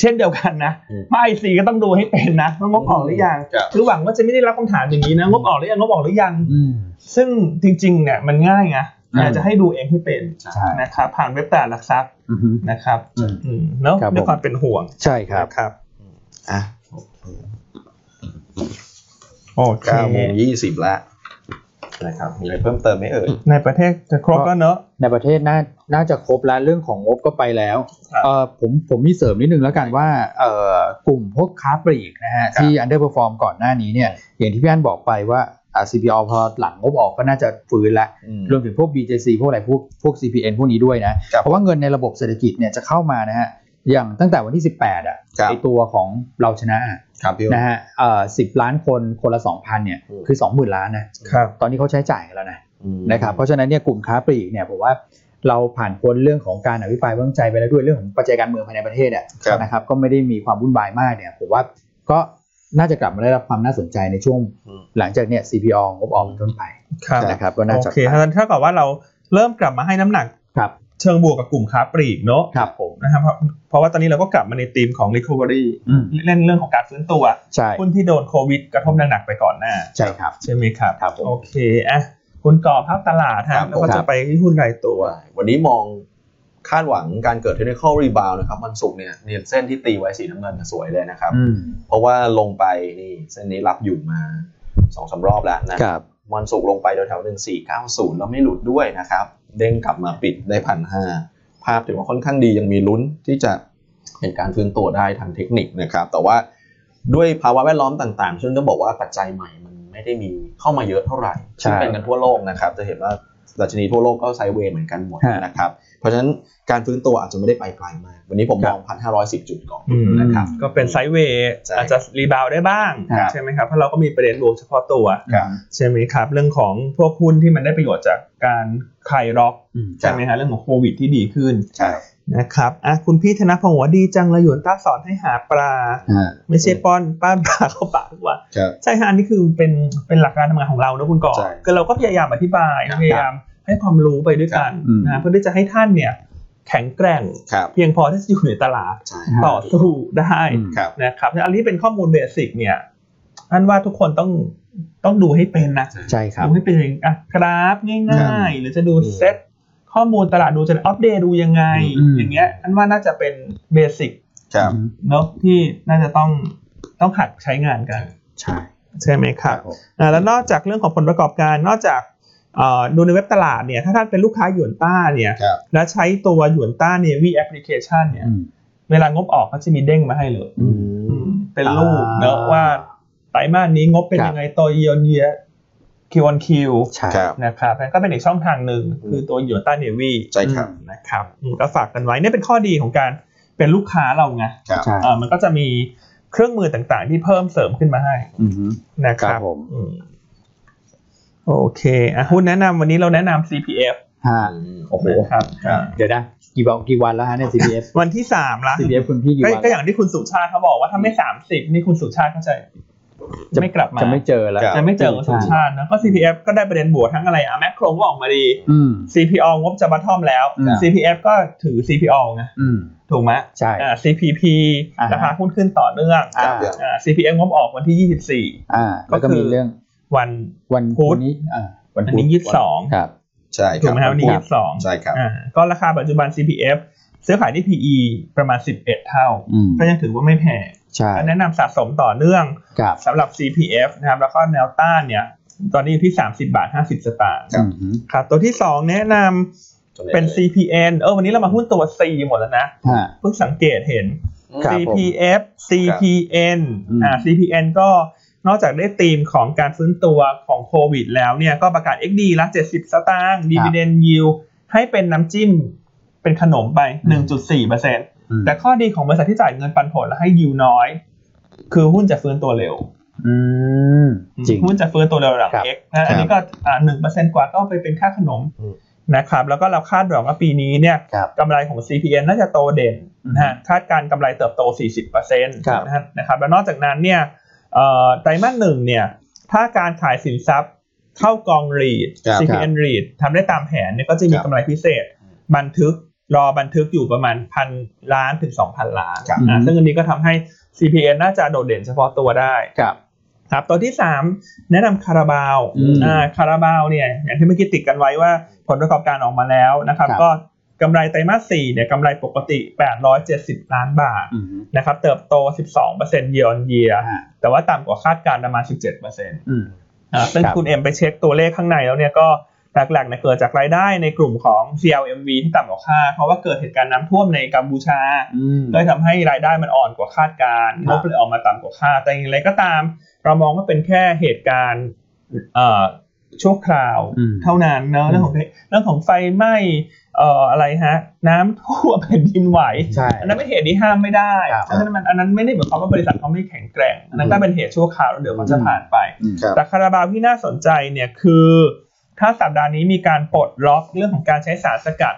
C: เช่นเดียวกันนะ
A: อืม
C: ว่า IC ก็ต้องดูให้เป็นนะว่างบออกหรือยัง
A: ครับ
C: หรือหวังว่าจะไม่ได้รับคำถามอย่างนี้นะ งบออกหรือยัง งบออกหรือยัง
B: อืม
C: ซึ่งจริง ๆ เนี่ย มันง่ายไง
B: อืม
C: อาจจะให้ดูเองให้เป็น
B: ใช่
C: นะครับผ่านเว็บตลาดหลักทรัพย์
B: อือฮึ
C: นะครับ
B: อืม
C: อืมเนาะ
B: ครับผม
C: ด้วยความเป็นห่วง
B: ใช่ครับ
C: ครับ
D: อ่ะ
C: โอเค
D: เก้าโมงยี่สิบละนะครับมีอะไรเพิ่มเติมไหมเอ่ย
C: ในประเทศจะครบแล้วเนาะ
B: ในประเทศน่าน่าจะครบแล้วเรื่องของงบก็ไปแล้ว
C: ครับ
B: เออผมผมมีเสริมนิดนึงแล้วกันว่าเอ่อกลุ่มพวกค้าปลีกนะฮะ
C: ครับ
B: ที่ underperform ก่อนหน้านี้เนี่ยอย่างที่พี่อันบอกไปว่าอ่า CPO พอหลังงบออกก็น่าจะฟื้นละรวมถึงพวก BJC พวกอะไรพวกพวก CPN พวกนี้ด้วยนะ
D: ครับ
B: เพราะว่าเงินในระบบเศรษฐกิจเนี่ยจะเข้ามานะฮะอย่างตั้งแต่วันที่ 18อ่ะ
D: ครับ
B: ไอตัวของเราชนะอะ
D: ครับพี่
B: นะฮะเอ่อสิล้านคนคนละ2,000เนี่ย
D: อืม
B: คือ 20,000 ล้านนะครับ ตอนนี้เขาใช้จ่ายกันแล้วนะ
D: อืม
B: นะครับเพราะฉะนั้นเนี่ยกลุ่มค้าปลีกเนี่ยผมว่าเราผ่านพ้นเรื่องของการอภิปรายไม่ไว้วางใจไปแล้วด้วยเรื่องของปัจจัยการเมืองภายในประเทศเนี่ย
D: ครับ
B: นะครับก็ไม่ได้มีความวุ่นวายมากเนี่ยผมว่าก็น่าจะกลับมาได้รับความน่าสนใจในช่วง
D: อืม
B: หลังจากเนี่ย CPO งบออมเป็นต้นไป
C: ครับ
B: นะครับก็น่า
C: โอ
B: จะ
C: เคเท่ากับว่าเราเริ่มกลับมาให้น้ำหนัก
B: ครับ
C: เชิงบวกกับกลุ่มค้าปลีกเนาะ
B: ครับผม
C: นะครับเพราะเพราะว่าตอนนี้เราก็กลับมาในธีมของ recovery
B: อืม
C: เล่นเรื่องของการฟื้นตัว
B: ใช่
C: หุ้นที่โดนโควิดกระทบหนักๆไปก่อนหน้า
B: ใช่ครับ
C: ใช่ไหมครับ
B: ครับผม
C: โอเคอ่ะคุณก่อภาพตลาดฮะ
D: ครับ
C: แล้วก็จะไปที่หุ้นรายตัว
D: ว่าวันนี้มองคาดหวังการเกิด technical rebound นะครับวันศุกร์เนี่ยเนียนเส้นที่ตีไว้สีน้ำเงินน่ะสวยเลยนะครับ
B: อืม
D: เพราะว่าลงไปนี่เส้นนี้รับอยู่มาสองสามรอบแล้วนะครับ วันศุกร์ลงไปแถวๆหนึ่งสี่เก้าศูนย์แล้วไม่หลุดด้วยนะครับ เด้งกลับมาปิดได้พันห้าภาพถือว่าค่อนข้างดียังมีลุ้นที่จะเป็นการฟื้นตัวได้ทางเทคนิคนะครับ แต่ว่าด้วยภาวะแวดล้อมต่างๆซึ่งต้องบอกว่าปัจจัยใหม่มันไม่ได้มีเข้ามาเยอะเท่าไหร่ซึ่งเป็นกันทั่วโลกนะครับ จะเห็นว่าดัชนีทั่วโลกก็ไซด์เวย์เหมือนกันหมดนะครับ เพราะฉะนั้นการฟื้นตัวอาจจะไม่ได้ไปไกลมากวันนี้ผมมองพันห้าร้อยสิบจุดก่อน
C: อืม
D: นะครับ
C: ก็เป็นไซด์เวย์
D: ใช่
C: อาจจะรีบาวด์ได้บ้าง
B: ครับ
C: ใช่ไหมครับ เพราะเราก็มีประเด็นรวมเฉพาะตัว
B: ครับ
C: ใช่ไหมครับ เรื่องของพวกหุ้นที่มันได้ประโยชน์จากการคลายล็อก
B: อืม
C: ใช่ไหมฮะเรื่องของโควิดที่ดีขึ้น
D: ใช่
C: นะครับอ่ะคุณพี่ธนพงศ์บอกว่าดีจังเลยหยวนต้าสอนให้หาปลา
B: ฮะ
C: ไม่ใช่ป้อนป้านปลาเข้าปากว่า
D: ครับ
C: ใช่ฮะอันนี้คือเป็นเป็นหลักการทำงานของเรานะคุณก่อ
D: ใช่
C: คือเราก็พยายามอธิบาย
D: ครับ
C: พยายามให้ความรู้ไปด้วยกัน
B: อืม
C: นะเพื่อที่จะให้ท่านเนี่ยแข็งแกร่ง
D: ครับ
C: เพียงพอที่จะอยู่ในตลาด
D: ใช่
C: ต่อสู้ได้
B: อืม
D: ครับ
C: นะครับอันนี้เป็นข้อมูลเบสิกเนี่ยอันว่าทุกคนต้องต้องดูให้เป็นนะ
B: ใช่ครับ
C: ดูให้เป็นอ่ะกราฟง่ายๆ หรือจะดูเซตข้อมูลตลาดดูจะอัปเดตดูยังไง
B: อืม
C: อย่างเงี้ยอันว่าน่าจะเป็นเบสิก
D: ครับ
B: อืม
C: เนาะที่น่าจะต้องต้องหัดใช้งานกัน
B: ใช่
C: ใช่ไหมค
D: ค
C: รั
D: รั
C: บบ
D: ผม
C: อ่าแล้วนอกจากเรื่องของผลประกอบการ นอกจากเอ่อดูในเว็บตลาดเนี่ย ถ้าท่านเป็นลูกค้าหยวนต้าเนี่ย
D: ครับ
C: และใช้ตัวหยวนต้าเนวีแอปพลิเคชันเนี่ย
B: อืม
C: เวลางบออกเขาจะมีเด้งมาให้เลย
B: อืม
C: เป็นรูป
B: อ่า
C: เนอะว่าไตรมาสนี้งบเป็น
B: ครับ
C: ยังไงตัวเยียนเยียคิวออนคิว
B: ใช่
D: ครับ
C: นะครับนั่นก็เป็นอีกช่องทางหนึ่งคือตัวหยวนต้าเนวี
D: ใช่ครับ
C: นะครับอืมก็ฝากกันไว้นี่เป็นข้อดีของการเป็นลูกค้าเราไง
D: ครับ
B: ใช่
C: เอ่อมันก็จะมีเครื่องมือต่างๆ ที่เพิ่มเสริมขึ้นมาให้
B: อืม
C: นะครั
B: ครับ บผม
C: อืมโอเคอ่ะหุ้นแนะนำวันนี้เราแนะนำ CPF
B: ฮะ
D: โอ้โห
C: นะครับอ่ะ
B: เดี๋ยวนะกี่วันกี่วันแล้วฮะเนี่ย CPF
C: วันที่สามละ
B: CPF คุณพี่กี่
C: ก็
B: วัน
C: ก็อ
B: แล้ว
C: ย่างที่คุณสุชาติเขาบอกว่าถ้าไม่สามสิบนี่คุณสุชาติก็จะ
B: จะ
C: ไม่กลับมา
B: จะไม่เจอแล้ว
D: ครับ
C: จะไม่เจอคุณสุชาตินะก็ CPF ก็ได้ประเด็นบวกทั้งอะไรอ่ะแมคโครงก็ออกมาดี
B: อืม
C: CPO งบจะบัตทอมแล้ว
B: ครับ
C: CPF ก็ถือ CPO ไง
B: อืม
C: ถูกไหม
B: ใช่
C: อ่า CPP
B: อ่าฮะ
C: ราคาหุ้นขึ้นต่อเนื่อง
B: อ่า
C: อ่า CPF งบออกวันที่
B: อ่า แล้วก็มีเรื่อง
C: 24 วัน
B: วัน
C: พุธ
B: นี้อ่าวัน
C: อัน
B: พุธ
C: นี้ 22
B: ครับ
D: ใช่ค
C: ถู
D: รั
C: ก
D: บ
C: ไหมครับวันนี้
B: ค
C: ยี่
B: รับ
C: สิบสอง
D: ใช่ครับ
C: อ่าก็ราคาปัจจุบัน CPF ซื้อขายที่ PE ประมาณ 11 เท่า
B: อืม
C: ก็ยังถือว่าไม่แพง
B: ใช่
C: ก็แนะนำสะสมต่อเนื่อง
B: ครับ
C: สำหรับ CPF นะครับ แล้วก็แนวต้านเนี่ย ตอนนี้อยู่ที่ 30 บาท 50 สตางค์
D: ครับ
B: อืม
C: ครับ ตัวที่ 2 แนะนำเป็น CPN เออวันนี้เรามาหุ้นตัว C หมดแล้วนะ
B: ฮะ
C: เพิ่งสังเกตเห็น
B: ครับผม
C: CPF CPN
B: อืม
C: อ่า CPN ก็นอกจากได้ธีมของการฟื้นตัวของโควิดแล้วเนี่ยก็ประกาศ XD ละ 70 สตางค์ Dividend Yield ให้เป็นน้ำจิ้มเป็นขนมไป
B: อืม
C: 1.4%
B: อืม
C: แต่ข้อดีของบริษัทที่จ่ายเงินปันผลและให้ yield น้อย คือหุ้นจะฟื้นตัวเร็ว
B: อืมจริง
C: หุ้นจะฟื้นตัวเร็วระดับ
B: ครับ
C: X นะอันนี้ก็หนึ่งเปอร์เซ็นต์กว่าก็ไปเป็นค่าขนม
D: อืม
C: นะครับ แล้วก็เราคาดหวังว่าปีนี้เนี่ย
B: ครับ
C: กำไรของ CPN น่าจะโตเด่นนะฮะคาดการณ์กำไรเติบโต 40%
B: ครับ
C: นะฮะนะครับแล้วนอกจากนั้นเนี่ยเอ่อไตรมาสหนึ่งเนี่ยถ้าการขายสินทรัพย์เข้ากองรีด
D: ครับ
C: CPN รีดทำได้ตามแผนเนี่ยก็จะมี
D: ครับ
C: กำไรพิเศษ บันทึกรอบันทึกอยู่ประมาณพันล้านถึงสองพันล้าน
D: ครับ
C: อ่ะ
B: อืม
C: ซึ่งอันนี้ก็ทำให้ CPN น่าจะโดดเด่นเฉพาะตัวได้
B: ครับ
C: ครับตัวที่ 3 แนะนำคาราบาว
B: อืม
C: อ่าคาราบาวเนี่ยอย่างที่เมื่อกี้ติดกันไว้ว่าผลประกอบการออกมาแล้วนะครับ
B: ครับ
C: ก็กำไรไตรมาส4เนี่ยกำไรปกติ 870 ล้านบาท
B: อืม
C: นะครับเติบโต 12% year on year
B: อ่า
C: แต่ว่าต่ำกว่าคาดการณ์ประมาณ 17%
B: อืม
C: อ่าซึ่ง
B: ครับ
C: คุณเอ็มไปเช็คตัวเลขข้างในแล้วเนี่ยก็หลักๆเนี่ยเกิดจากรายได้ในกลุ่มของ CLMV ที่ต่ำกว่าคาดเพราะว่าเกิดเหตุการณ์น้ำท่วมในกัมพูชา เลยทำให้รายได้มันอ่อนกว่าคาดการณ์
B: ค
C: ง
B: รับบ
C: เลยออกมาต่ำกว่าคาดแต่อย่างไรก็ตาม เรามองว่าเป็นแค่เหตุการณ์เอ่อชั่วคราว
B: อืม
C: เท่านั้นเนอะ
B: อืม
C: เรื่องของเรื่องของไฟไหม้เอ่ออะไรฮะ น้ำท่วมแผ่น <laughs> ดินไหว
B: ใช่
C: อันนั้นเป็นเหตุที่ห้ามไม่ได้
B: ครับ
C: เพราะฉะนั้นมันอันนั้นไม่ได้เหมือนความว่าบริษัทเขาไม่แข็งแกร่งอันนั้นก็เป็นเหตุชั่วคราวแล้วเดี๋ยวมันจะผ่านไป
D: ครับ
C: แต่คาราบาวที่น่าสนใจเนี่ยคือ ถ้าสัปดาห์นี้มีการปลดล็อกเรื่องของการใช้สารสกัด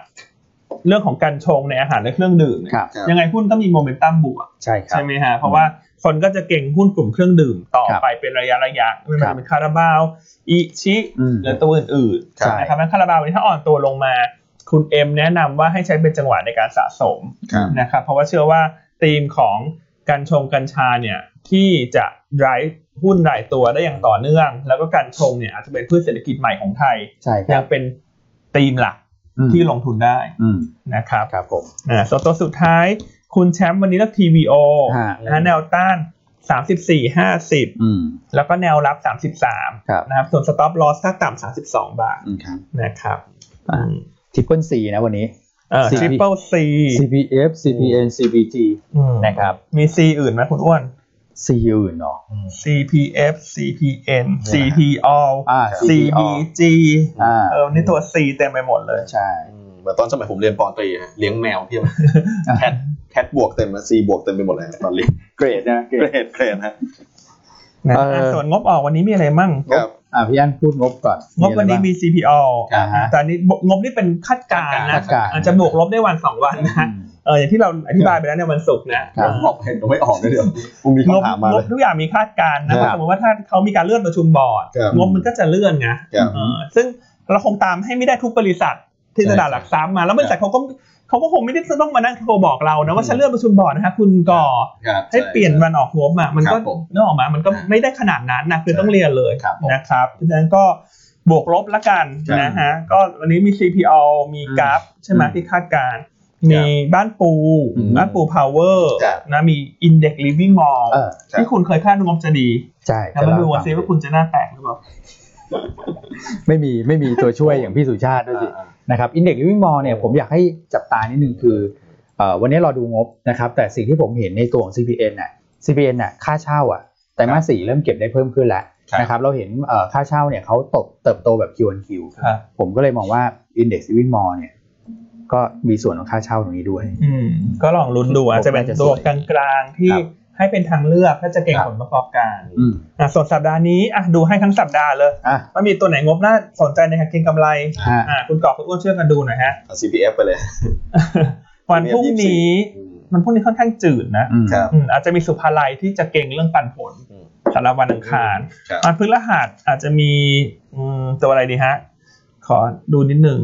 C: เรื่องของการชงในอาหารและเครื่องดื่มเนี่ย
B: ครับ
D: ครับ
C: ยังไงหุ้นก็มีโมเมนตัมบวก
B: ใช่ครับ
C: ใช่ไหมฮะเพราะว่าคนก็จะเก่งหุ้นกลุ่มเครื่องดื่มต่อไปเป็นระยะระยะไม่ว่าจะเป็นคาราบาวอิชิ
B: อืม
C: หรือตัวอื่น
B: ใช่
C: ๆนะครับแล้วคาราบาวนี้ถ้าอ่อนตัวลงมา คุณเอ็มแนะนำว่าให้ใช้เป็นจังหวะในการสะสม
D: ครับ
C: นะครับเพราะว่าเชื่อว่าธีมของกัญชงกัญชาเนี่ยที่จะ drive หุ้นรายตัวได้อย่างต่อเนื่อง แล้วก็กัญชงเนี่ยอาจจะเป็นพืชเศรษฐกิจใหม่ของไทย
B: ใช่ครั
C: ยั
B: บ
C: งเป็นธีมหลักที่ลงทุนได้
B: อืม
C: นะครับ
B: ครับผม
C: อ่าตัวตัวสุดท้ายคุณแชมป์วันนี้เลือก TVO
B: ฮะ
C: นะฮะแนวต้าน 34
B: อืม
C: 50 แล้วก็แนวรับ 33
B: ครับ
C: นะครับส่วน stop loss ถ้าต่ำ32 บาท
B: อืมครับ
C: นะครับ
B: อ่าทิปเปิลซีนะวันนี้
C: เอ่อ
B: CP
C: triple C
B: CPF CPN CPT
C: อืม
B: นะครับ
C: มี C อื่นไหมคุณอ้วน
B: C อื่นเนาะ
C: CPF CPN CPO
B: อ่า
C: CBG
B: อ่า
C: เออนี่ตัว C เต็มไปหมดเลย
B: ใช่
D: อืมเหมือนตอนสมัยผมเรียนปอตรีฮะเลี้ยงแมวเพียบ
B: อ่า
D: แคทแคทบวกเต็มนะซีบวกเต็มไปหมดเลยฮะตอนเรียน
B: เกรดนะเกร
D: เกร
B: ด
D: ดเกรดฮะ
C: นะ
B: เออ
C: อ่ะส่วนงบออกวันนี้มีอะไรมั่ง
D: ครับ
B: อ่าพี่อันพูดงบก่อน
C: งบวันนี้มี CPO
B: อ่าฮะ
C: แต่อันนี้งบนี่เป็นคาดการณ์
B: คา
C: นะ
B: ดการณ์
C: อาจจะบวกลบได้วัน 2 วันนะเอออย่างที่เราอธิบายไปแล้วในวันศุกร์นะ
B: ค
D: ผ
B: รับ
D: มออกเห็นก็ไม่ออกเลยเดี๋ยวพรุ่งนี้
C: งบ
D: คำถามมาง เล
C: บ
D: ย
C: ทุกอย่างมีคาดการณ์นะครับ สมมติว่าถ้าเขามีการเลื่อนประชุมบอร์ด
D: ครับ
C: งบมันก็จะเลื่อนไง
D: ครับ
C: เออซึ่งเราคงตามให้ไม่ได้ทุกบริษัทที่ตลาดหลักทรัพย์มา แล้วบริษัทเขาก็เขาก็คงไม่ได้ต้องมานั่งโทรบอกเรานะว่าฉันเลื่อนประชุมบอร์ดนะคะคุณก่อ
D: ครับ
C: ให้
D: ช่
C: เปลี่ยนวันออกงบอ่ะมันก็
D: ครับผม
C: เรื่องออกมา มันก็
D: ครับ
C: ไม่ได้ขนาดนั้นนะคือ
D: ใช่
C: ต้องเรียนเลย
D: ครับผม
C: นะครับเพราะฉะนั้นก็บวกลบละกัน
D: ใช่
C: นะฮะก็วันนี้มี CPO มีกราฟใช่ไหมที่คาดการณ์มีบ้านปู
D: อืม
C: บ้านปูพาวเวอร์
D: ครับ
C: นะมี Index Living Mall
B: เออ
D: ครับ
C: ที่คุณเคยคาดว่างบจะดี
B: ใช่
C: แล้วมาดูว่าซิว่าคุณจะหน้าแตกหรือเปล่า
B: ไม่มีไม่มีตัวช่วยอย่างพี่สุชาติด้วยสิ นะครับอินเด็กซ์ลิวิ่งมอเนี่ยผมอยากให้จับตานิดนึงคือเอ่อวันนี้เราดูงบนะครับแต่สิ่งที่ผมเห็นในตัวของ CPN น่ะ CPN น่ะค่าเช่าอ่ะไตรมาสสี่เริ่มเก็บได้เพิ่มขึ้นแล้ว
D: ครับ
B: นะครับเราเห็นเอ่อค่าเช่าเนี่ยเขาตกเติบโตแบบ Q1Q
C: ครับ
B: ผมก็เลยมองว่า Index l i v i n g Mall เนี่ยก็มีส่วนของค่าเช่าตรงนี้ด้วย
C: อืมก็ลองลุ้นดูอาจจะเป็นตัวกลางๆที่
B: ครับ
C: ให้เป็นทางเลือกถ้าจะเก่ง
B: ครับ
C: ผลประกอบการ
B: อืม
C: อ่ะส่วนสัปดาห์นี้อ่ะดูให้ทั้งสัปดาห์เลย
B: อ่ะ
C: ว่ามีตัวไหนงบน่าสนใจในการเก็งกำไร
B: ฮะ
C: อ่า คุณกอบคุณอ้วนช่วยกันดูหน่อยฮะ <laughs>
D: เอา CPF ไปเลย
C: วันพรุ่งนี้
D: อืม
C: มันพรุ่งนี้ค่อนข้างจืดนะ
B: อืม
D: ครับ
C: อืมอาจจะมีสุภาลัยที่จะเก่งเรื่องปันผล
D: อืม
C: สำหรับวันอังคาร
D: ครับ
C: วันพฤหัสอาจจะมีอืมตัวอะไรดีฮะ ขอดูนิดหนึ่ง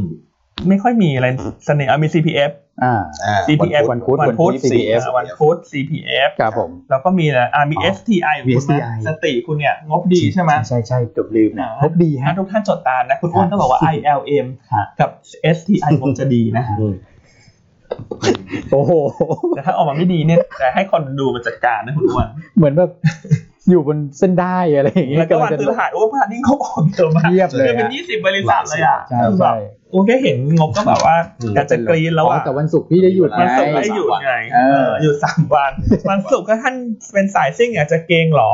C: ไม่ค่อยมีอะไรเสน่ห์เอามี CPF
B: อ่า
D: อ่า
C: CPF
B: วันพุธ
C: วันพุ
B: วั
C: ธ
B: นพุธ CPF
C: อ่าวันพุธ CPF
B: ครับผม
C: แล้วก็มีอะไรอ่ามี
B: อ๋อ
C: STI ของคุณนะ
B: STI
C: สติคุณเนี่ย งบดีใช่ไหม
B: ใช่ใช่เกือบลืมนะ
C: อ่า
B: ครบดี
C: ถ้า
B: ฮะ
C: ทุกท่านจดตามนะ คุณอ้วนก็บอกว่า ILM
B: ฮะ
C: กับ STI งบจะดีนะฮะ
D: อืม
B: โอ้โห
C: แต่ถ้าออกมาไม่ดีเนี่ยแต่ให้คนดูมาจัดการนะคุณอ้วน
B: เหมือนแบบ <laughs> อยู่บนเส้นได้อะไรอย่างเงี้ย
C: แล้วก็วัน
B: จะ
C: พฤหัสโอ้พฤหัสนี่เขาออกเยอะมาก
B: เทียบเลย
C: คือเป็น
B: ฮะ
C: ยี่สิบบริษัทเลยอ่ะ
B: ใช่ใช่
C: คือแบบโอ้แค่เห็นงบก็แบบว่า
D: อืม
C: อยากจะกรีนแล้ว
B: อ๋อ
C: อ่ะ
B: แต่วันศุกร์พี่ได้หยุดไง
D: วั
C: มันสุกร์
D: ศุกร์
C: ได้หยุดไง
B: เออ
C: เออหยุดสามวันวันศุกร์ก็ท่านเป็นสายซิ่งอยากจะเกงเหรอ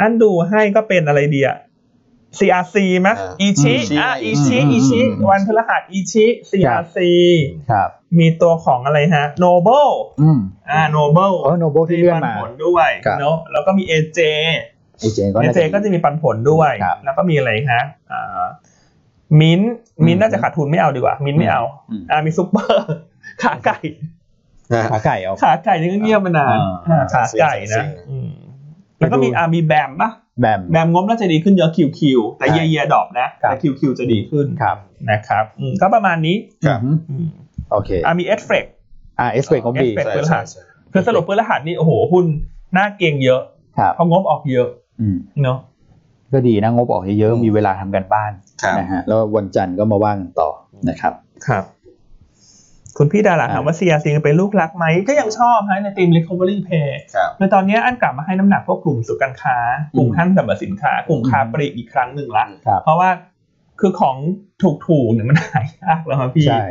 C: อันดูให้ก็เป็นอะไรดีอ่ะ CRC มั้ย
D: อ่า
C: อีชิ
D: อืม
C: อ่ะอี
D: อื
C: ชิ
D: ม
C: อีชิวันพฤหัสอีชิ CRC
B: ครับ
C: มีตัวของอะไรฮะ Noble
B: อืม
C: อ่า Noble
B: โอ้โนโบที่เลื่อนมา
C: ปัผลด้วย
B: ครับ
C: เนาะแล้วก็มี AJ
B: ไอเจก็น่า
C: AJ ก็จะมีปันผลด้วย
B: ครับ
C: แล้วก็มีอะไรฮะอ่ามิ้นท์มิ้นท์
B: อืม
C: น่าจะขาดทุนไม่เอาดีกว่า มิ้นท์ไม่เอา
B: อืม
C: อ่ามีซุปเปอร์ <laughs> ขาไก่
D: อ่า
B: ขาไก่เอา
C: ขาไก่นี่ก็เงียบมานาน
B: อ่า
C: อ่าขาไก่
D: เสีย
C: นะ
D: งเสียง
C: อืมแล้วก็มีอ่ามีแบมปะ
B: แบม
C: แบมงบน่าจะดีขึ้นเยอะคิวคิวแต่
B: ใช่
C: เยียเยียดรอปนะ
B: ครั
C: แต่
B: บ
C: คิวคิวจะดีขึ้น
B: ครับ
C: นะครับอืมก็ประมาณนี้
D: ครับ
B: อืม
C: อืม
B: โอเค
C: อ่ามีเอสเฟก
B: อ่าเอสเปกของบี
C: เอสเป
D: ใช่ใช่ใช่
C: คือสรุปเพื่อรหัสนี่โอ้โหหุ้นน่าเก่งเยอะ
B: ครับ
C: เพราะงบออกเยอะ
B: อืม
C: เนาะ
B: ก็ดีนะงบออกเยอะ
A: อืม
B: ๆมีเวลาทำกันบ้าน
A: ครับ
B: นะฮะแล้ววันจันทร์ก็มาว่างกันต่อนะครับ
C: ครับ คุณพี่ดารา
B: อ่า
C: ถามว่า CRC เป็นลูกรักไหมก็ยังชอบฮะในทีม Recovery Pay
A: ครับ
C: ในตอนนี้อันกลับมาให้น้ำหนักพวกกลุ่มสุขการค้า กลุ่มห้างสรรพสินค้า กลุ่มค้าปลีกอีกครั้งหนึ่งละ
B: ครับ
C: เพราะว่าคือของถูกๆเนี่ยมันหายากแล้วครับพี่
B: ใช่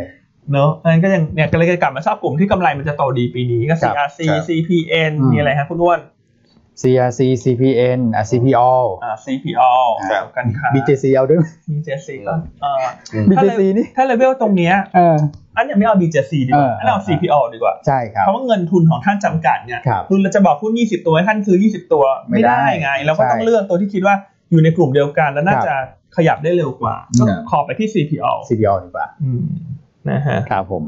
C: เนอะอันนั้นก็ยังเนี่ยก็เลยกลับมาชอบกลุ่มที่กำไรมันจะโตดีปีนี้ก็
B: ครับ
C: CRC
A: ครับ
C: CPN
B: อืม
C: มีอะไรฮะคุณอ้วน
B: CRC CPN อ่ะ CPO
C: อ่า CPO
A: ครับ
C: กันค้า
B: BJC เอาด้วยไหม
C: BJC ก็อ่า
B: BJC นี่
C: ถ้าเลเวลตรงเนี้ย
B: เออ
C: อันยังไม่เอา BJC ดีก
B: เออ
C: ว่า
B: อั
C: อันเอา CPO ดีกว่า
B: ใช่ครับ
C: เพราะว่าเงินทุนของท่านจำกัดเนี่ย
B: ครับ
C: อเราจะบอกหุ้น 20 ตัวให้ท่านซื้อ 20 ตัว
B: ไม่
C: ไม่
B: ได้
C: ได้ไง เราก็ต้อง
B: ใช่
C: เลือกตัวที่คิดว่าอยู่ในกลุ่มเดียวกัน แล้วน่า
B: ครับ
C: จะขยับได้เร็วกว่า
B: ครับ
C: ก็ขอไปที่ CPO
B: CPO ดีกว่า
C: อืมนะฮะ
B: ครับผม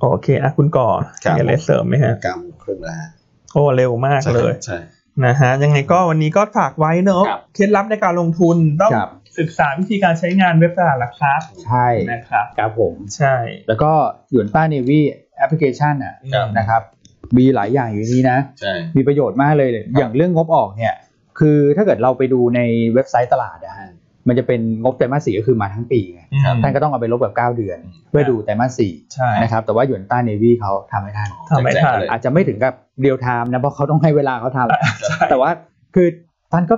C: โอเคอ่ะคุณก่อน
A: ครับ
C: มีอะไรเสริมไหมฮะ
A: กำครึ่งแล้วฮะ
C: โอ้เร็วมากเลย
A: ใช่
C: นะฮะยังไงก็วันนี้ก็ฝากไว้เนอะ
A: ครับ
C: เคล็ดลับในการลงทุนต้อง
B: ครับ
C: ศึกษาวิธีการใช้งานเว็บตลาดหลักทรัพย์
B: ใช่
C: นะครับ
B: ครับผม
C: ใช่
B: แล้วก็หยวนป้าเนวี่แอปพลิเคชันอ่ะ
A: ครับ
B: นะครับ มีหลายอย่างอยู่ในนี้นะ
A: ใช่
B: มีประโยชน์มากเลยอย่างเรื่องงบออกเนี่ย คือถ้าเกิดเราไปดูในเว็บไซต์ตลาดนะฮะมันจะเป็นงบไตรมาสสี่ก็คือมาทั้งปีไง
C: อืม
B: ท่านก็ต้องเอาไปลบแบบ 9 เดือน เพื่อดูไตรมาสสี่
C: ใช่
B: นะครับ แต่ว่าหยวนต้าเนวี่เขาทำให้ท่าน
C: ทำไม่ทัน
B: อาจจะไม่ถึงกับเรียลไทม์นะ เพราะเขาต้องให้เวลาเขาท
A: ใช่
B: ำแต่ว่าคือท่านก็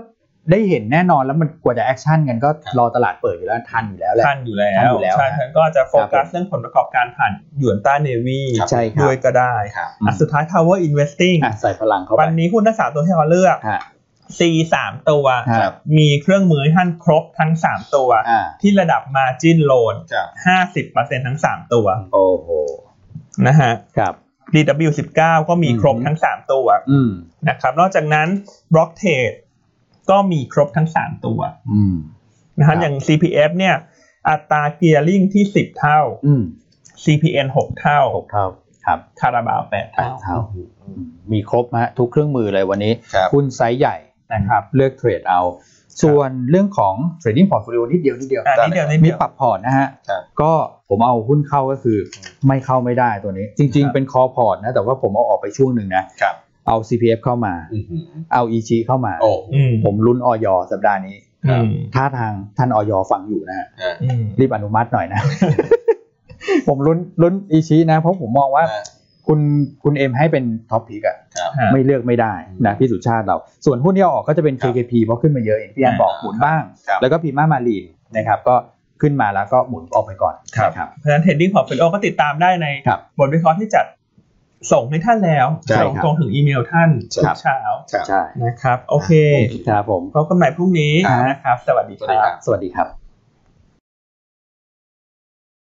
B: ได้เห็นแน่นอนแล้วมันกว่าจะแอคชั่นกันก็
A: ครับ
B: รอตลาดเปิดอยู่แล้วทันอยู่แล้วแหละ
C: ทันอยู่แล้
B: ทัน
C: ว
B: อยู่แล้ว
C: ใช่
B: นะ
C: ท่านก็จะโฟกั
B: ครั
C: ส
B: บผม
C: เรื่องผลประกอบการผ่านหยวนต้าเนวี
B: ครับใช่ครับ
C: ด้วยก็ได้
A: ครับ
C: อ่ะสุดท้าย Tower Investing
B: อ่ะใส่พลังเข้าไป
C: วันนี้หุ้นทั้งสามตัวที่เราเลือก
B: ฮะ
C: C สามตัว
B: ครับ
C: มีเครื่องมือให้ท่านครบทั้งสามตัว
B: อ่า
C: ที่ระดับ Margin Loan
A: ครับ
C: 50%ทั้ง 3 ตัว
B: โอ้โห
C: นะฮะ
B: ครับ
C: DW19 ก็มีครบทั้ง 3 ตัว
B: อืม
C: นะครับนอกจากนั้น Block Trade ก็มีครบทั้ง 3 ตัว
B: อืม
C: นะ
B: ครั
C: ฮะ
B: บ
C: อย่าง CPF เนี่ยอัตราเกียร์ลิงที่ 10 เท่า
B: อืม
C: CPN 6 เท่า
B: หกเท่าครับ
C: คาราบาว 8
B: แป
C: เท่า
B: ดเท่าอืมมีครบฮะทุกเครื่องมือเลยวันนี้
A: ครับ
B: หุ้นไซส์ใหญ่นะครับเลือกเทรดเอา ส่วนเรื่องของ trading portfolio นิดเดียวนิดเดียว
C: อันนี้เดี๋ยวนี้
B: มี
C: เดี๋ยว
B: ปรับพอร์ตนะฮะ
A: ครับ
B: ก็ผมเอาหุ้นเข้าก็คือไม่เข้าไม่ได้ตัวนี้ จริง
C: ครับ
B: ๆ เป็นคอพอร์ตนะ แต่ว่าผมเอาออกไปช่วงหนึ่งนะ
A: ครับ
B: เอา CPF เข้ามา
A: อือหือ
B: เอา EG เข้ามา
A: โอ้
C: อืม
B: ผมลุ้นออยสัปดาห์นี้
C: อืม
B: ถ้าทางท่านออยฟังอยู่นะฮะ
A: ฮะ
C: อืม
B: รีบอนุมัติหน่อยนะ <laughs> ผมลุ้นลุ้น EG นะ เพราะผมมองว่า
A: ฮะ
B: คุณคุณเอ็มให้เป็นท็อปพิกอะ
C: ฮะ
B: ไม่เลือกไม่ได้นะพี่สุชาติเรา ส่วนหุ้นที่เอาออกก็จะเป็น KKP เพราะขึ้นมาเยอะเองพี่แอนบอกหมุนบ้าง
A: ครับ
B: แล้วก็พีมามารีนนะครับ ก็ขึ้นมาแล้วก็หมุนออกไปก่อน
C: ครับ
B: นะครับ
C: เพราะฉะนั้น Trading Portfolio ก็ติดตามได้ใน
B: ครับ
C: บทวิเคราะห์ที่จัดส่งให้ท่านแล้ว
B: ใช่
C: ส่ง
B: ครับ
C: ตรงถึงอีเมลท่านทุ
B: ครั
C: ก
B: บ
C: เช้า
A: ครับ
B: ใช่
C: นะครับ โอเค
B: ครับผม
C: พบกันใหม่พรุ่งนี้
B: ครับ
C: นะครับ สวัสดี
A: สวั
C: ค
A: สดี
C: รั
A: ครับ บ
B: สวัสดีครับ